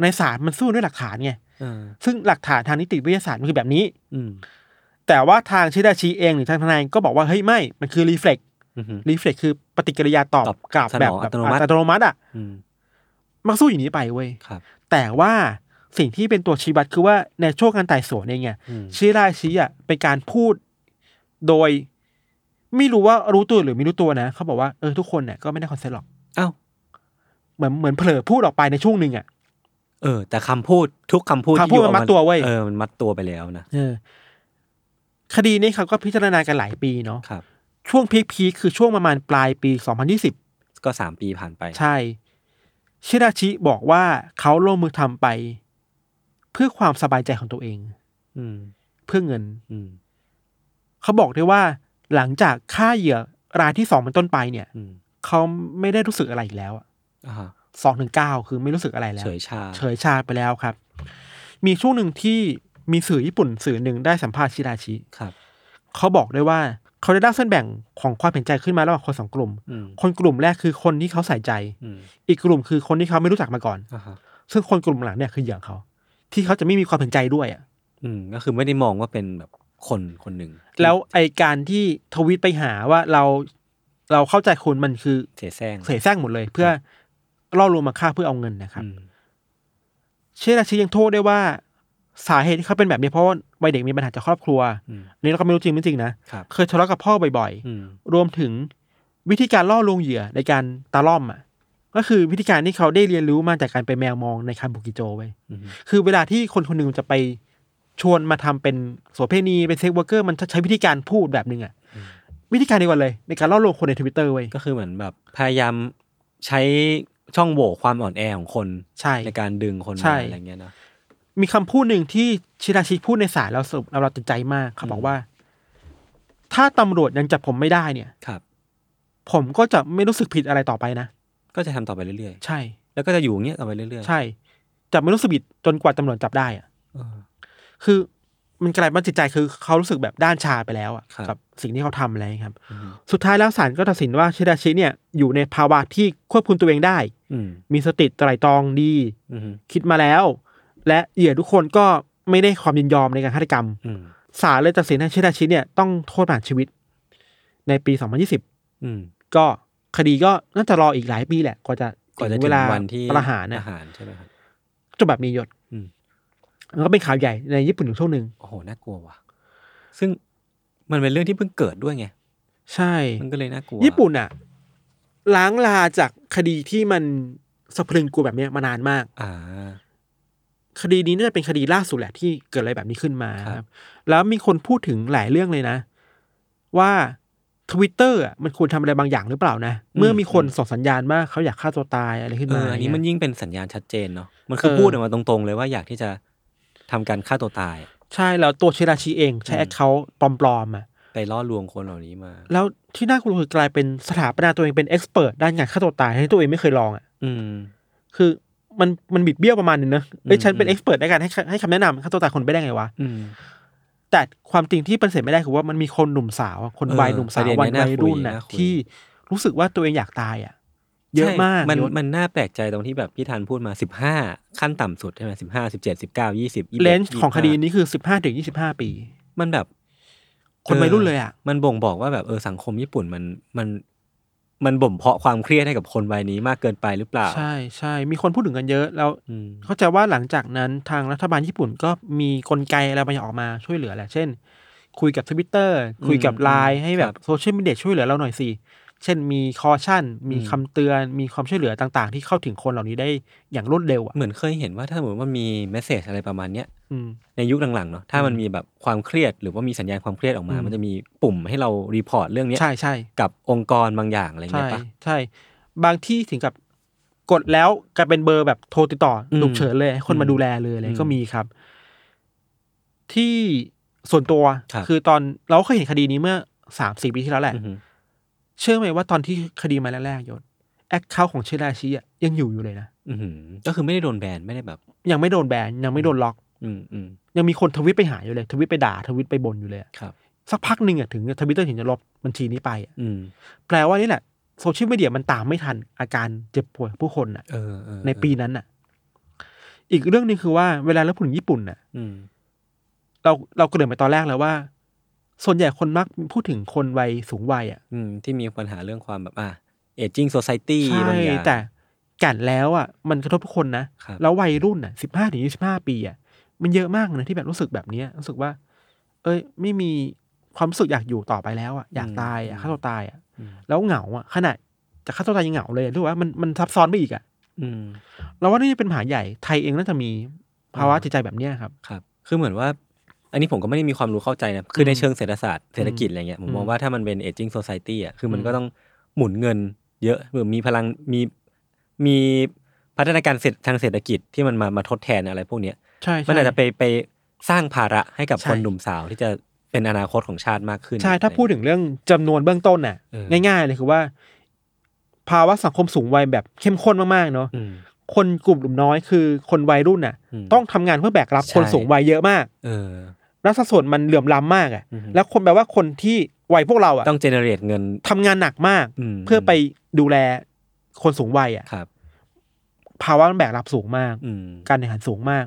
ในศาลมันสู้ด้วยหลักฐานไง เออ ซึ่งหลักฐานทางนิติวิทยาศาสตร์มันคือแบบนี้ อืม แต่ว่าทางชิดาชีเองหรือทางทนายก็บอกว่าเฮ้ยไม่มันคือรีเฟล็ก อือหือ รีเฟล็กคือปฏิกิริยาตอบ ตอบ กลับ สนอง แบบแบบ อัตโนมัติ อัตโนมัติอ่ะ อืม มันสู้อย่างนี้ไปเว้ย ครับ แต่ว่าสิ่งที่เป็นตัวชี้วัดคือว่าในช่วงการไต่สวนเองไง อืม ชิดาชีอ่ะเป็นการพูดโดย ไม่รู้ว่ารู้ตัวหรือไม่รู้ตัวนะเขาบอกว่าเออทุกคนเนี่ยก็ไม่ได้คอนเซ็ปต์หรอก อ้าว เหมือนเหมือนเผลอพูดออกไปในช่วงหนึ่งอ่ะ เออ แต่คำพูดทุกคำพูด คำพูด อยู่ มันมัดตัวเว้ย เออมันมัดตัวไปแล้วนะ เออคดีนี้ครับก็พิจารณากันหลายปีเนาะ ครับ ช่วงพีคพีคคือช่วงประมาณปลายปี 2020 ก็สามปีผ่านไป ใช่ ชิราชิบอกว่าเขาลงมือทำไป เพื่อความสบายใจของตัวเอง อืม เพื่อเงิน อืม เขาบอกด้วยว่าหลังจากฆ่าเหยื่อรายที่สองเป็นต้นไปเนี่ย อืม เขาไม่ได้รู้สึกอะไรอีกแล้ว อ่าฮะ สองถึงเก้าคือไม่รู้สึกอะไรแล้ว เฉยชา เฉยชาไปแล้วครับ มีช่วงหนึ่งที่มีสื่อญี่ปุ่นสื่อหนึ่งได้สัมภาษณ์ชิราชิ ครับ เขาบอกด้วยว่าเขาได้ร่างเส้นแบ่งของความเห็นใจขึ้นมาระหว่างคนสองกลุ่ม อืม คนกลุ่มแรกคือคนที่เขาใส่ใจ อืม อีกกลุ่มคือคนที่เขาไม่รู้จักมาก่อน อ่าฮะ ซึ่งคนกลุ่มหลังเนี่ยคือเหยื่อเขา ที่เขาจะไม่มีความเห็นใจด้วยอะ อืมก็คือไม่ได้มองว่าเป็นแบบคนคนหนึ่ง แล้วไอการที่ทวิตไปหาว่าเราเราเข้าใจคุณมันคือ เสียแซร้ง เสยแสร้งหมดเลย เพื่อล่อลวงมาฆ่าเพื่อเอาเงินนะครับ อืม เชราชิยังโทษได้วยว่าสาเหตุที่เขาเป็นแบบนี้เพราะว่าวัยเด็กมีปัญหาจากครอบครัว อืม อันนี่เราก็ไม่รู้จริงไม่จริงนะครับ เคยทะเลาะกับพ่อบ่อยๆ อืม รวมถึงวิธีการล่อลวงเหยื่อในการตาล่อมอ่ะ ก็คือวิธีการที่เขาได้เรียนรู้มาจากการเป็นแมวมองในคาบุกิโจไว้ย อืม คือเวลาที่คนคนหนึ่งจะไปชวนมาทำเป็นโสเภณีเป็นเซ็กเวอร์เกอร์มันจะใช้วิธีการพูดแบบหนึ่งอ่ะ วิธีการเดียวกันเลย ในการล่อลวงคนในทวิตเตอร์เว้ย ก็คือเหมือนแบบพยายามใช้ช่องโหว่ความอ่อนแอของคน ใช่ ในการดึงคน ใช่ มาอะไรเงี้ยนะ มีคำพูดหนึ่งที่ชิราชิพูดในสายเราสรุปเราติดใจมากเขาบอกว่า ถ้าตำรวจยังจับผมไม่ได้เนี่ย ครับ ผมก็จะไม่รู้สึกผิดอะไรต่อไปนะ ก็จะทำต่อไปเรื่อย ใช่ ๆ แล้วก็จะอยู่อย่างเงี้ยต่อไปเรื่อยๆ ใช่จะไม่รู้สึกผิดจนกว่าตำรวจจับได้อ่ะ เออ คือมันกลายเป็นจิตใจคือเขารู้สึกแบบด้านชาไปแล้วอะ ครับ กับสิ่งที่เขาทำอะไรอย่างเงี้ยครับ อืม สุดท้ายแล้วศาลก็ตัดสินว่าชิดาชิเนี่ยอยู่ในภาวะที่ควบคุมตัวเองได้ อืม มีสติไตร่ตรองดี อืม คิดมาแล้ว และเหยื่อทุกคนก็ไม่ได้ความยินยอมในการฆาตกรรม อืม ศาลเลยตัดสินให้ชิดาชิเนี่ยต้องโทษประหารชีวิต ในปี 2020 อืม ก็คดีก็น่าจะรออีกหลายปีแหละกว่าจะ ก่อนจะ ถึง ถึ เว ง ลา วันที่ ประหารนะ ประหารใช่ไหมครับ จนแบบมีหยศ อืม มันก็เป็นข่าวใหญ่ในญี่ปุ่นถึงช่วงหนึ่ง โอ้โหน่ากลัวว่ะซึ่งมันเป็นเรื่องที่เพิ่งเกิดด้วยไง ใช่ มันก็เลยน่ากลัว ญี่ปุ่นอะล้างลาจากคดีที่มันสะพรึงกูแบบเนี้ยมานานมาก อ่า คดีนี้น่าจะเป็นคดีล่าสุดแหละที่เกิดอะไรแบบนี้ขึ้นมา ครับ ครับ แล้วมีคนพูดถึงหลายเรื่องเลยนะ ว่าทวิตเตอร์มันควรทำอะไรบางอย่างหรือเปล่านะ เมื่อมีคนส่งสัญญาณว่าเขาอยากฆ่าตัวตายอะไรขึ้น เอ มา ออันนี้มัน เย ยิ่งเป็นสัญญาณชัดเจนเนาะมันคือ เออ พูดออกมาตรงๆเลยว่าอยากที่จะทำการฆ่าตัวตาย ใช่แล้วตัวเชราชีเองใช้ อืม แอคเขาปลอมๆอ่ะ ไปล่อลวงคนเหล่านี้มา แล้วที่น่ากลัวคือกลายเป็นสถาปนาตัวเองเป็นเอ็กซ์เพรสด้านงานฆ่าตัวตายให้ตัวเองไม่เคยลองอ่ะ อืม คือมันมันบิดเบี้ยวประมาณหนึงนะเอ้ย อืม ฉันเป็น อืม เอ็กซ์เพรสในการให้คให้คำแนะนำฆ่าตัวตายคนไปได้ไงวะ อืม แต่ความจริงที่ปฏิเสธไม่ได้คือว่ามันมีคนหนุ่มสาวอะคนวัย เออ หนุ่ม ป สา ระ ว เด็น วัย เนี้ย วั น่าย คุย รุ่นนะ น่าคุย ที่รู้สึกว่าตัวเองอยากตายอ่ะ เยอะมาก ใช่มัน ยศ มันน่าแปลกใจตรงที่แบบพี่ธันพูดมาสิบห้าขั้นต่ำสุดใช่ไหมสิบห้าสิบเจ็ดสิบเก้ายี่สิบ เลนส์ของคดีนี้คือสิบห้าถึงยี่สิบห้าปี มันแบบ คนวัยรุ่นเลยอ่ะ มันบ่งบอกว่าแบบเออสังคมญี่ปุ่นมันมันมันบ่มเพาะความเครียดให้กับคนวัยนี้มากเกินไปหรือเปล่า ใช่ใช่มีคนพูดถึงกันเยอะ แล้ว อืม เข้าใจว่าหลังจากนั้นทางรัฐบาลญี่ปุ่นก็มีกลไกอะไรบางอย่างออกมาช่วยเหลือแหละ เช่น คุยกับทวิตเตอร์คุยกับไลน์ให้แบบโซเชียลมีเดียช่วยเหลือเราหน่อยสิเช่นมีคอชั่น มีคำเตือน มีความช่วยเหลือต่าง ๆ ที่เข้าถึงคนเหล่านี้ได้อย่างรวดเร็วอ่ะ เหมือนเคยเห็นว่าถ้าสมมติว่ามีเมสเซจอะไรประมาณเนี้ย อืม ในยุคหลังๆเนาะถ้ามันมีแบบความเครียดหรือว่ามีสัญญาณความเครียดออกมา อืม มันจะมีปุ่มให้เรารีพอร์ตเรื่องเนี้ย ใช่ใช่ กับองค์กรบางอย่างอะไร ใช่ เงี้ยปะ ใช่ บางที่ถึงกับกดแล้วกลายเป็นเบอร์แบบโทรติดต่ออ ม ฉุกเฉินเลยให้คน อืม มาดูแลเลยอะไร อืม ก็มีครับ ที่ ส่วนตัว ครับ อตอนเราก็เคยเห็นคดีนี้เมื่อสามสี่ปีที่แล้วแหละ อือฮึ เชื่อไหมว่าตอนที่คดีมาแรกๆยศแอคเคาท์ของเชดาชิอะยังอยู่อยู่เลยนะ อือหือก็คือไม่ได้โดนแบนไม่ได้แบบ ยังไม่โดนแบนยังไม่โดนล็อก อืมอืม ยังมีคนทวิตไปหาอยู่เลย ทวิตไปด่าทวิตไปบ่นอยู่เลยอะ ครับ สักพักหนึ่งอะถึงทวิตเตอร์ถึงจะลบบัญชีนี้ไปอะ อืม แปลว่านี่แหละโซเชียลมีเดียมันตามไม่ทันอาการเจ็บป่วยของผู้คนอะ เออเออ ในปีนั้นอะอีกเรื่องหนึงคือว่าเวลาเราพูดถึงญี่ปุ่นอะ อืม เราเราเกริ่นไปตอนแรกแล้วว่า ส่วนใหญ่คนมักพูดถึงคนวัยสูงวัยอะ อืมที่มีปัญหาเรื่องความแบบอ่ะเอจิ้งโซไซตี้ ใช่ บางอย่าง แต่แกันแล้วอ่ะมันกระทบทุกคนนะครับ แล้ววัยรุ่นอ่ะสิบห้าถึงยี่สิบห้าปีอ่ะมันเยอะมากนะที่แบบรู้สึกแบบเนี้ยรู้สึกว่า เอ้ย ไม่มีความรู้สึกอยากอยู่ต่อไปแล้วอ่ะอยากตายอ่ะฆ่าตัวตายอ่ะ อืม แล้วเหงาอ่ะขนาดจะฆ่าตัวตายยังเหงาเลยรู้ว่ามันมันซับซ้อนไปอีกอ่ะ อืม เราว่านี่เป็นปัญหาใหญ่ไทยเองน่าจะมีภาวะจิตใจแบบเนี้ยครับ ครับ คือเหมือนว่า อันนี้ผมก็ไม่ได้มีความรู้เข้าใจนะ คือในเชิงเศรษฐศาสตร์ เศรษฐกิจอะไรเงี้ย ผมมองว่าถ้ามันเป็น aging society อ่ะ คือมันก็ต้องหมุนเงินเยอะหรือมีพลัง มี มีพัฒนาการเศรษฐทางเศรษฐกิจที่มันมา มาทดแทนอะไรพวกเนี้ย ใช่ มันอาจ ใช่ จะไป ไปสร้างภาระให้กับ ใช่ คนหนุ่มสาวที่จะเป็นอนาคตของชาติมากขึ้น ใช่ถ้าพูดถึงเรื่องจำนวนเบื้องต้นน่ะ เออ ง่าย ๆ เลยคือว่า ภาวะสังคมสูงวัยแบบเข้มข้นมากๆเนาะ อืม คนกลุ่มน้อยคือคนวัยรุ่นน่ะ อืม ต้องทำงานเพื่อแบกรับ ใช่ คนสูงวัยเยอะมาก เออ แล้วสัดส่วนมันเหลื่อมล้ำมากอ่ะ อือฮึ แล้วคนแปลว่าคนที่วัยพวกเราอ่ะ ต้อง generate เงิน ทำงานหนักมาก อืม เพื่อไปดูแลคนสูงวัยอ่ะ ครับ ภาวะมันแบกรับสูงมาก อืม การแข่งขันสูงมาก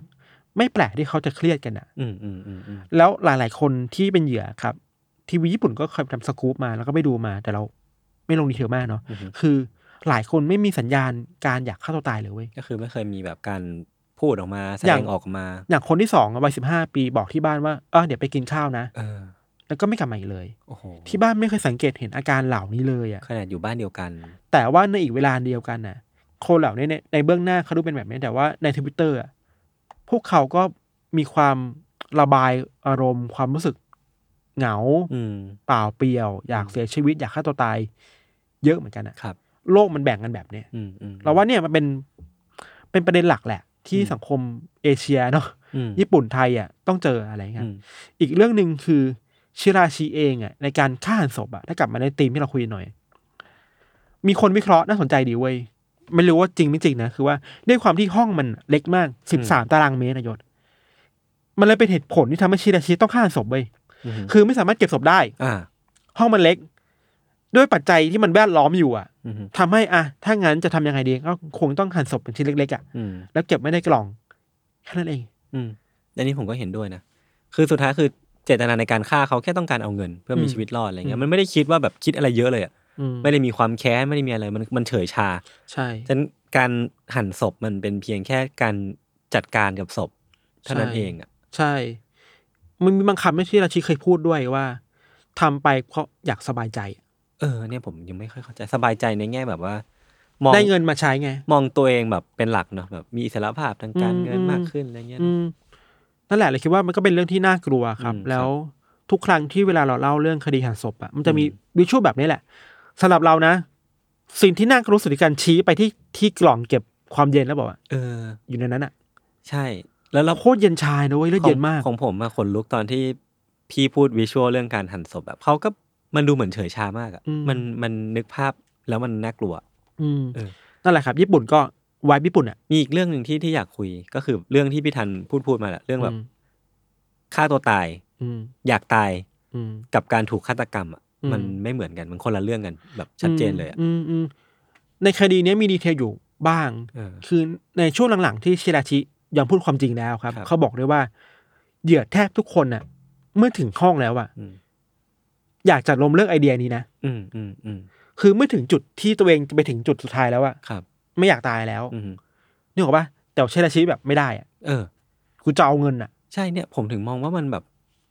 ไม่แปลกที่เขาจะเครียดกันอ่ะ อืมอืมอืมอืม แล้วหลาย ๆ คนที่เป็นเหยื่อครับทีวีญี่ปุ่นก็เคยทำสกู๊ปมาแล้วก็ไปดูมา แต่เราไม่ลงดีเทลมากเนาะ อืม คือหลายคนไม่มีสัญญาณการอยากฆ่าตัวตายเลยเว้ย ก็คือไม่เคยมีแบบการพูดออกมา แส อ ด ย่าง งออกมา อย่างคนที่สองอะวัยสิบห้าปีบอกที่บ้านว่าเออเดี๋ยวไปกินข้าวนะ เออ แล้วก็ไม่กลับมาอีกเลย โอ้โห ที่บ้านไม่เคยสังเกตเห็นอาการเหล่านี้เลยอะ ขนาดอยู่บ้านเดียวกัน แต่ว่าในอีกเวลาเดียวกันน่ะ คนเหล่านี้ในในเบื้องหน้าเขาดูเป็นแบบนี้แต่ว่าในทวิตเตอร์พวกเขาก็มีความระบายอารมณ์ ความรู้สึกเหงา อืม เปล่าเปลี่ยว อยากเสียชีวิตอยากฆ่าตัวตาย เยอะเหมือนกันนะครับ โลกมันแบ่งกันแบบเนี้ย อืมอืม เราว่าเนี่ยมันเป็นเป็นประเด็นหลักแหละ ที่สังคมเอเชียเนาะ อืม ญี่ปุ่นไทยอ่ะต้องเจออะไรอย่างเงี้ย อืม อีกเรื่องหนึ่งคือชิราชิเองอ่ะในการฆ่าหันศพอ่ะถ้ากลับมาในธีมที่เราคุยหน่อย มีคนวิเคราะห์น่าสนใจดีเว้ย ไม่รู้ว่าจริงไม่จริงนะ คือว่าด้วยความที่ห้องมันเล็กมากสิบสามตารางเมตรนะยศ มันเลยเป็นเหตุผลที่ทำให้ชิราชิต้องฆ่าหันศพเว้ย อืม คือไม่สามารถเก็บศพได้ อ่า ห้องมันเล็ก ด้วยปัจจัยที่มันแวดล้อมอยู่อ่ะ อืม ทำให้อ่ะถ้างั้นจะทำยังไงดีก็คงต้องหั่นศพเป็นชิ้นเล็กๆอ่ะ อืม แล้วเก็บไม่ได้กล่องแค่นั้นเอง อืมอันนี้ผมก็เห็นด้วยนะ คือสุดท้ายคือเจตนาในการฆ่าเขาแค่ต้องการเอาเงิน เพื่อมี อืม ชีวิตรอดอะไรเงี้ยอืม มันไม่ได้คิดว่าแบบคิดอะไรเยอะเลยอะ อืม ไม่ได้มีความแค้นไม่ได้มีอะไร มันมันเฉยชา ใช่ ฉะนั้นการหั่นศพมันเป็นเพียงแค่การจัดการกับศพ เท่านั้นเองอ่ะ ใช่ มันมีบางคำที่ราชิเคยพูดด้วยว่าทำไปเพราะอยากสบายใจ เออ เนี่ยผมยังไม่ค่อยเข้าใจ สบายใจในแง่แบบว่า มอง ได้เงินมาใช้ไง มองตัวเองแบบเป็นหลักเนาะ แบบมีอิสรภาพทางการเงินมากขึ้นอะไรเงี้ย อืมนั่นแหละเลยคิดว่ามันก็เป็นเรื่องที่น่ากลัวครับ อืมครับ แล้วทุกครั้งที่เวลาเราเล่าเรื่องคดีหันศพอ่ะมันจะมี อืม วิชวลแบบนี้แหละสำหรับเรานะ สิ่งที่น่ากลัวสุดคือการชี้ไปที่ที่กล่องเก็บความเย็นแล้วบอกว่า เออ อยู่ในนั้นอ่ะ ใช่ แล้วเรา โคตรเย็นชายนะเว้ยเลือดเย็นมาก ของของผมอะขนลุกตอนที่พี่พูดวิชวลเรื่องการหั่นศพแบบเขาก็มันดูเหมือนเฉยชามากอะ อืม มันมันนึกภาพแล้วมันน่ากลัว อืม เออ นั่นแหละครับ ญี่ปุ่นก็วายญี่ปุ่นอ่ะ มีอีกเรื่องหนึ่งที่ที่อยากคุยก็คือเรื่องที่พี่ทันพูดพูดมาแหละเรื่องแบบ อืม ฆ่าตัวตาย อืม อยากตาย อืม กับการถูกฆาตกรรมอะ อืม มันไม่เหมือนกันมันคนละเรื่องกันแบบชัดเจนเลยอะ อืมอืมในคดีเนี้ยมีดีเทลอยู่บ้าง เออ คือในช่วงหลังๆที่ชิราชิยังพูดความจริงแล้วครับ ครับ เขาบอกด้วยว่าเหยื่อแทบทุกคนน่ะ เมื่อถึงห้องแล้วอ่ะ อืม อยากจะล้มเลิกไอเดียนี้นะ อืมอืมอืม คือเมื่อถึงจุดที่ตัวเองจะไปถึงจุดสุดท้ายแล้วอ่ะ ครับ ไม่อยากตายแล้ว อืม นึกออกปะแต่ว่าชิราชิแบบไม่ได้อ่ะ เออ กูจะเอาเงินอ่ะ ใช่เนี่ยผมถึงมองว่ามันแบบ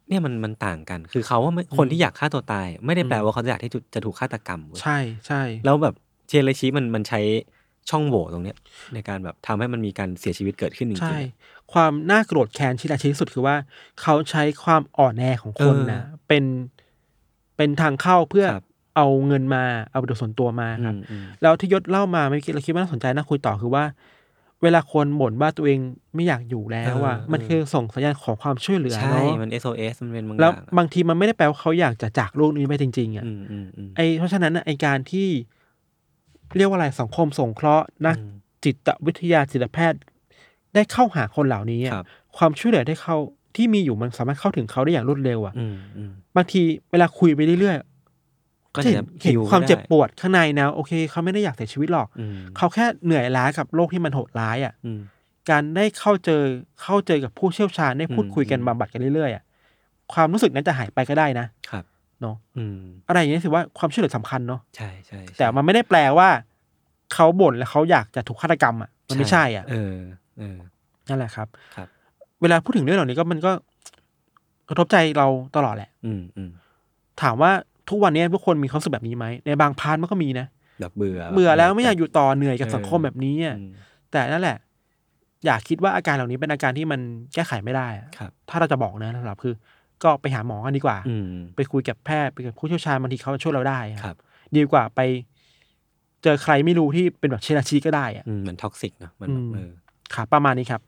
เนี่ยมันมันต่างกัน คือเขาว่าไม่คนที่อยากฆ่าตัวตาย ไม่ได้แปลว่าเขาอยากที่จะจะถูกฆาตกรรมเว้ย ใช่ใช่ แล้วแบบเทียนไรชีมันมันใช้ช่องโหว่ตรงเนี้ย ในการแบบทำให้มันมีการเสียชีวิตเกิดขึ้นจริงๆ ใช่ อะ ความน่าโกรธแค้นชิราชิที่สุดคือว่า เขาใช้ความอ่อนแอของคนนะเป็นเป็นทางเข้าเพื่อ ครับ เอาเงินมาเอาประโยชน์ส่วนตัวมา อื ครับ มอืม แล้วที่ยศเล่ามาเมื่อกี้เราคิดว่าน่าสนใจน่าคุยต่อคือว่า เวลาคนบ่นว่าตัวเองไม่อยากอยู่แล้วอ่ะ เออ มันคือส่งสัญญาณขอความช่วยเหลือ ใช่ เนาะ มัน SOS มันเป็นบาง แล้ว อย่าง บางทีมันไม่ได้แปลว่าเขาอยากจะจากโลกนี้ไปจริงๆอ่ะ อืมอืมอืม ไอเพราะฉะนั้นน่ะไอการที่เรียกว่าอะไรสังคมสงเคราะห์นัก อืม จิตวิทยาจิตแพทย์ ได้เข้าหาคนเหล่านี้อะ ครับ ความช่วยเหลือได้เข้าที่มีอยู่มันสามารถเข้าถึงเขาได้อย่างรวดเร็วอะ่ะ อืมอืม บางทีเวลาคุยไปเรื่อยๆ ก็จะจะเห็นเห็น ฮิ ความเจ็บป ได้ วดข้างในนะโอเคเขาไม่ได้อยากเสียชีวิตหรอก อืม เขาแค่เหนื่อยล้ากับโลกที่มันโหดร้ายอะ่ะ อืม การได้เข้าเจอเข้าเจอกับผู้เชี่ยวชาญได้พูดคุยกัน อืม บำบัดกันเรื่อยๆอะ่ะความรู้สึกนั้นจะหายไปก็ได้นะครับ เนาะ อืม อะไรอย่างนี้ถือว่าความช่วยเหลือสำคัญเนาะ ใช่ใช่ใช่ แต่มันไม่ได้แปลว่า เขาบ่นแล้วเขาอยากจะถูกฆาตกรรมอ่ะมันไม่ใช่อ่ะ เออเออ นั่นแหละครับ ครับ เวลาพูดถึงเรื่องเหล่านี้ก็มันก็กระทบใจเราตลอดแหละ อืมอืม ถามว่าทุกวันนี้ทุกคนมีความสุขแบบนี้ไหมในบางพาร์ทมันก็มีนะ แบบเบื่อ เบื่อแล้วไม่อยาก จัด อยู่ต่อเหนื่อยกับ เออ สังคมแบบนี้อะ อืม แต่นั่นแหละ อยากคิดว่าอาการเหล่านี้เป็นอาการที่มันแก้ไขไม่ได้อะ ครับ ถ้าเราจะบอกนะสำหรับคือ ก็ไปหาหมอกันดีกว่า อืม ไปคุยกับแพทย์ไปกับผู้เชี่ยวชาญบางทีเขาช่วยเราได้อะ ครับ ดีกว่าไป เจอใครไม่รู้ที่เป็นแบบเชนาชีก็ได้อะ อืมมันท็อกซิกเนอะมันแบบ อืม เออ ครับประมาณนี้ครับ